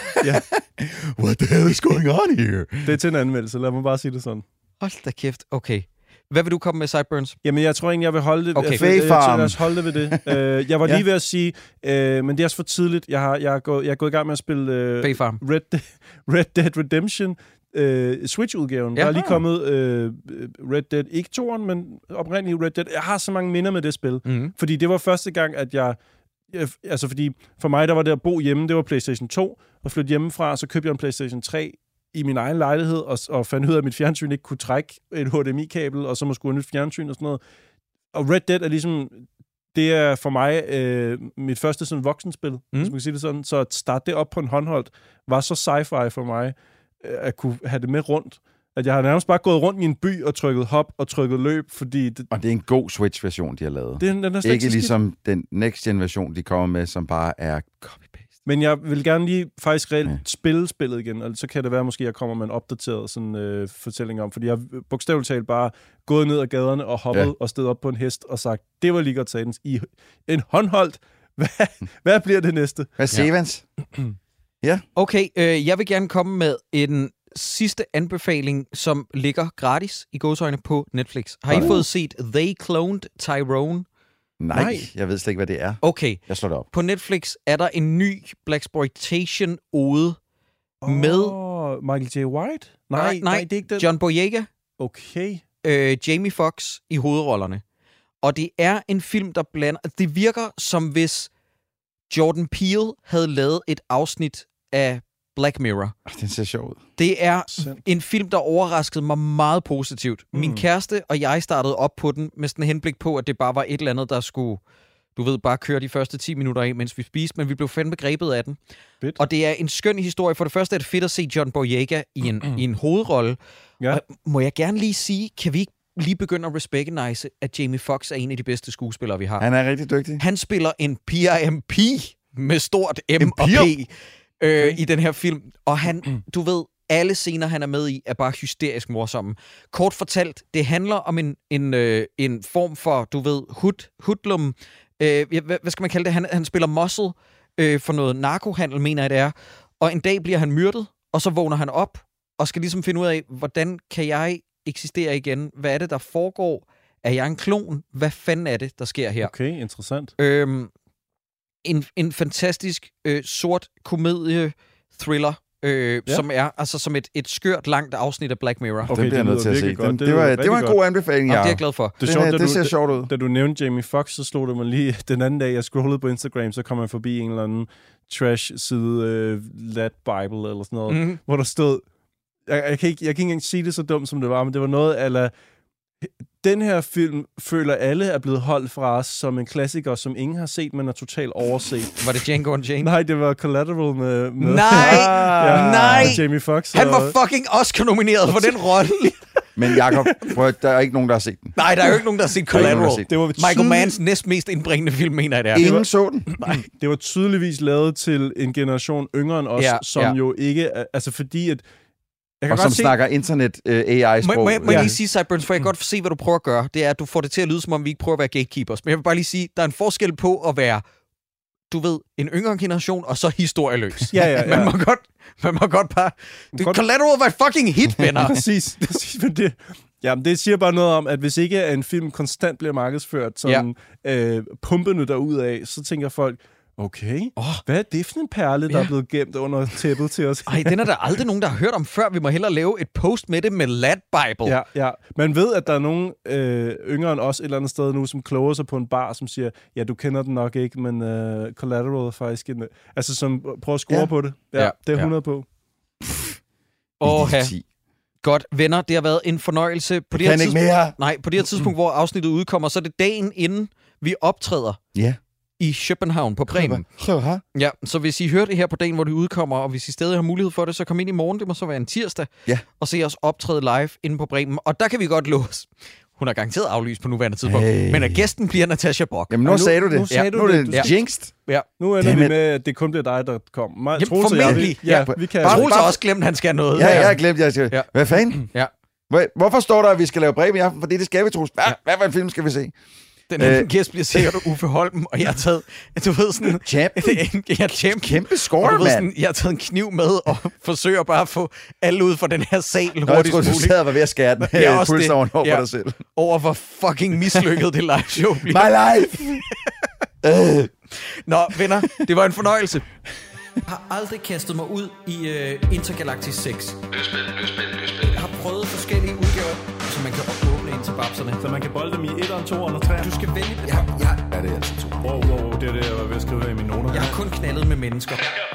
Speaker 5: What the hell is going on here?
Speaker 4: Det er til en anmeldelse, lad mig bare sige det sådan.
Speaker 3: Hold da kæft. Okay. Hvad vil du komme med, Sideburns?
Speaker 4: Jamen, jeg tror egentlig, jeg vil holde det.
Speaker 3: Okay.
Speaker 4: jeg, jeg, jeg,
Speaker 5: Fae Farm.
Speaker 4: jeg, lad os holde det ved det. Øh, jeg var lige
Speaker 5: Ja.
Speaker 4: ved at sige, øh, men det er også for tidligt. Jeg har, jeg har, gået, jeg er gået i gang med at spille øh,
Speaker 3: Bay Farm.
Speaker 4: Red, De- Red Dead Redemption, øh, Switch-udgaven. Ja. Der er
Speaker 3: Jaha.
Speaker 4: lige kommet øh, Red Dead, ikke toren, men oprindeligt Red Dead. Jeg har så mange minder med det spil,
Speaker 3: Mm.
Speaker 4: fordi det var første gang, at jeg... jeg- Altså, fordi for mig, der var det at bo hjemme, det var PlayStation 2, og flytte hjemmefra, så købte jeg en PlayStation 3 i min egen lejlighed, og, og fandt ud af, at mit fjernsyn ikke kunne trække et HDMI-kabel, og så må skulle have nyt fjernsyn og sådan noget. Og Red Dead er ligesom det er for mig øh, mit første sådan voksenspil, mm. hvis man kan sige det sådan. Så at starte det op på en håndholdt var så sci-fi for mig, øh, at kunne have det med rundt. At jeg har nærmest bare gået rundt i en by og trykket hop og trykket løb, fordi det,
Speaker 5: Og det er en god Switch-version, de har lavet. Det
Speaker 4: det, den er slet ikke,
Speaker 5: er ikke
Speaker 4: så skidt.
Speaker 5: ligesom den next-gen-version, de kommer med, som bare er copy-paste.
Speaker 4: Men jeg vil gerne lige faktisk reelt
Speaker 5: Ja.
Speaker 4: ja. spille spillet igen, og så kan det være, måske jeg kommer med en opdateret sådan, øh, fortælling om, fordi jeg har bogstaveligt talt bare gået ned ad gaderne og hoppet
Speaker 5: Ja.
Speaker 4: ja. og stedet op på en hest og sagt, det var lige godt satans. I en håndholdt, hvad, hvad bliver det næste?
Speaker 5: Hvad Sevens?
Speaker 3: Okay, øh, jeg vil gerne komme med en sidste anbefaling, som ligger gratis i gåsøjne på Netflix. Har I
Speaker 5: Hold da.
Speaker 3: fået set They Cloned Tyrone?
Speaker 5: Nej,
Speaker 4: Nej.
Speaker 5: jeg ved slet ikke, hvad det er.
Speaker 3: Okay,
Speaker 5: Jeg slår det op.
Speaker 3: på Netflix er der en ny Blaxploitation-ode. Med-
Speaker 4: Åh, Michael J. White? Nej, nej, nej det er ikke den.
Speaker 3: John Boyega
Speaker 4: Okay.
Speaker 3: øh, Jamie Fox i hovedrollerne. Og det er en film, der blander... Det virker som hvis Jordan Peele havde lavet et afsnit af Black Mirror.
Speaker 5: Ah, Den ser sjov ud.
Speaker 3: Det er
Speaker 4: Sind.
Speaker 3: en film, der overraskede mig meget positivt. Mm. Min
Speaker 4: Mm.
Speaker 3: kæreste og jeg startede op på den med sådan en henblik på, at det bare var et eller andet, der skulle, du ved, bare køre de første 10 minutter af, mens vi spiste, men vi blev fandme grebet af den.
Speaker 4: Fedt.
Speaker 3: Og det er en skøn historie. For det første er det fedt at se John Boyega i en, i en hovedrolle.
Speaker 4: Ja.
Speaker 3: Og må jeg gerne lige sige, kan vi ikke lige begynde at recognize, at Jamie Foxx er en af de bedste skuespillere, vi har?
Speaker 5: Han er rigtig dygtig.
Speaker 3: Han spiller en PIMP med stort M og P
Speaker 5: Empire.
Speaker 3: øh, i den her film. Og han, du ved, alle scener, han er med i, er bare hysterisk morsomme. Kort fortalt, det handler om en, en, øh, en form for, du ved, hud, hudlum øh, ja, hvad, hvad skal man kalde det? Han, han spiller muscle øh, for noget narkohandel, mener jeg det er. Og en dag bliver han myrdet, og så vågner han op og skal ligesom finde ud af, hvordan kan jeg eksistere igen? Hvad er det, der foregår? Er jeg en klon? Hvad fanden er det, der sker her?
Speaker 4: Okay, interessant.
Speaker 3: Øhm, en, en fantastisk øh, sort komedie-thriller, øh,
Speaker 4: Ja.
Speaker 3: ja. som er altså som et, et skørt langt afsnit af Black Mirror.
Speaker 4: Okay,
Speaker 5: den bliver jeg
Speaker 4: det
Speaker 5: nødt til
Speaker 4: lyder
Speaker 5: at se.
Speaker 4: virkelig
Speaker 5: Den,
Speaker 4: godt.
Speaker 5: det,
Speaker 4: Det
Speaker 5: det, var,
Speaker 4: lyder
Speaker 5: det var en
Speaker 4: rigtig
Speaker 5: god anbeling,
Speaker 3: Ja. Og det er
Speaker 5: ja.
Speaker 3: jeg glad for.
Speaker 4: Det, er
Speaker 5: Den
Speaker 4: sjovt,
Speaker 5: her-
Speaker 4: da
Speaker 5: det
Speaker 4: du-
Speaker 5: ser
Speaker 4: da-
Speaker 5: sjovt ud.
Speaker 4: Da du nævnte Jamie Foxx, så slog det mig lige den anden dag, jeg scrollede på Instagram, så kom jeg forbi en eller anden trash-side, øh, That Bible eller sådan noget, mm.
Speaker 5: Mm-hmm.
Speaker 3: Mm.
Speaker 4: hvor der stod, jeg, jeg, kan ikke, jeg kan ikke engang sige det så dumt, som det var, men det var noget, ala, den her film føler alle er blevet holdt fra os som en klassiker, som ingen har set, men er totalt overset.
Speaker 3: Var det Django Unchained?
Speaker 4: Nej, det var Collateral med... med
Speaker 3: Nej!
Speaker 4: ja,
Speaker 3: Nej!
Speaker 4: med Jamie Foxx.
Speaker 3: Han
Speaker 4: og-
Speaker 3: var fucking Oscar-nomineret for den rolle.
Speaker 5: Men Jacob, prøv, at- der er ikke nogen, der har set den.
Speaker 3: Nej, der er jo ikke nogen, der har set
Speaker 5: Der er ikke nogen, der har
Speaker 3: Collateral.
Speaker 5: set
Speaker 4: det var
Speaker 3: Michael
Speaker 4: tydeligt-
Speaker 3: Manns næst mest indbringende film, mener jeg, det er.
Speaker 5: Ingen så den.
Speaker 4: det var tydeligvis lavet til en generation yngre end os, ja,
Speaker 3: Ja,
Speaker 4: som ja.
Speaker 3: ja.
Speaker 4: jo ikke... er- Altså fordi, at... Jeg kan
Speaker 5: Og
Speaker 4: godt
Speaker 5: som
Speaker 4: se,
Speaker 5: snakker øh, internet-AI-sprog.
Speaker 3: Må, må, jeg- må jeg
Speaker 4: Ja. Mm.
Speaker 3: lige sige, Cyburns, for jeg kan godt se, hvad du prøver at gøre. Det er, at du får det til at lyde, som om vi ikke prøver at være gatekeepers. Men jeg vil bare lige sige, der er en forskel på at være, du ved, en yngre generation, og så historieløs.
Speaker 4: Ja, ja, ja.
Speaker 3: Man må godt, man må godt bare... Det,
Speaker 4: godt-
Speaker 3: Collateral var et fucking hit, venner.
Speaker 4: Præcis, præcis. Men det, jamen, det siger bare noget om, at hvis ikke en film konstant bliver markedsført som ja. øh, pumpene derud af, så tænker folk, okay, oh.
Speaker 3: Åh.
Speaker 4: hvad er det for en perle, der ja. er
Speaker 3: Ja.
Speaker 4: blevet gemt under tæppet til os?
Speaker 3: Ej, den er der aldrig nogen, der har hørt om før. Vi må hellere lave et post med det med Lad Bible.
Speaker 4: Ja, ja. Man ved, at der er nogen øh, yngre end os et eller andet sted nu, som kloger sig på en bar, som siger, ja, du kender den nok ikke, men øh, Collateral er faktisk en... Altså, som prøver at score
Speaker 5: Ja.
Speaker 4: ja. på det. Ja, ja,
Speaker 3: Ja,
Speaker 4: det er
Speaker 3: ja.
Speaker 4: 100 ja. på.
Speaker 3: Åh, ja.
Speaker 5: 10.
Speaker 3: Godt, venner, det har været en fornøjelse. På det, her
Speaker 5: Kan ikke
Speaker 3: tidspunkt,
Speaker 5: mere.
Speaker 3: nej, på det her tidspunkt, hvor afsnittet udkommer, så er det dagen inden vi optræder
Speaker 5: Ja.
Speaker 3: i København på Bremen. Ja, så hvis I hører det her på dagen, hvor det udkommer, og hvis I stadig har mulighed for det, så kom ind i morgen, det må så være en tirsdag,
Speaker 5: Ja.
Speaker 3: og se os optræde live inde på Bremen. Og der kan vi godt låse. Hun er garanteret aflyst på nuværende tidspunkt,
Speaker 5: Hey.
Speaker 3: hey. men at gæsten bliver Natasha Brock.
Speaker 5: Jamen, nu,
Speaker 4: Og nu-
Speaker 5: sagde du det.
Speaker 4: nu sagde
Speaker 5: ja.
Speaker 4: du
Speaker 5: nu er
Speaker 4: det.
Speaker 5: det
Speaker 3: Ja.
Speaker 5: jinxed.
Speaker 3: Ja.
Speaker 4: Nu ender
Speaker 5: Damn
Speaker 4: vi
Speaker 5: it.
Speaker 4: med, at det kun bliver dig, der kommer. Mig,
Speaker 3: Jamen,
Speaker 4: Troels og jeg, vi-
Speaker 3: formentlig.
Speaker 4: Ja,
Speaker 5: Ja.
Speaker 4: vi kan...
Speaker 5: Bare-
Speaker 3: Troels har også glemt, at han skal have noget.
Speaker 5: Ja, jeg har glemt, jeg skal...
Speaker 3: Ja.
Speaker 5: Hvad fanden?
Speaker 3: Ja.
Speaker 5: Hvor- Hvorfor står der, at vi skal lave brev i aften? Fordi det skal vi, Troels. Hvad, hvad for en film skal vi se?
Speaker 3: Den anden
Speaker 5: Øh.
Speaker 3: øh. gæst bliver sikkert Uffe Holm, og jeg har taget, du ved sådan...
Speaker 5: Champ.
Speaker 3: jeg er champ.
Speaker 5: Kæmpe
Speaker 3: Og du
Speaker 5: score,
Speaker 3: ved
Speaker 5: mand.
Speaker 3: sådan, jeg har taget en kniv med og forsøger bare at få alle ud fra den her sal
Speaker 5: Nå, jeg
Speaker 3: hurtigst
Speaker 5: troede, du
Speaker 3: muligt.
Speaker 5: sad og var ved at skære den.
Speaker 3: Ja, også
Speaker 5: Pulsen
Speaker 3: det.
Speaker 5: over, Øh, over
Speaker 3: Ja.
Speaker 5: dig selv.
Speaker 3: Over hvor fucking mislykket det live show bliver.
Speaker 5: My life! Øh.
Speaker 3: Nå, venner, det var en fornøjelse.
Speaker 6: Jeg har aldrig kastet mig ud i øh, Intergalactic 6. Løsbind, løsbind, løsbind. Jeg har prøvet forskellige udgaver, så man kan åbne ind til babserne.
Speaker 7: Så man kan bolde dem i 1'eren, 2'eren og 3'eren.
Speaker 6: Du skal vælge... Jeg, jeg,
Speaker 7: Wow, wow, wow, det er det, jeg var ved at skrive her i mine noter.
Speaker 6: jeg har kun knaldet med mennesker. Jeg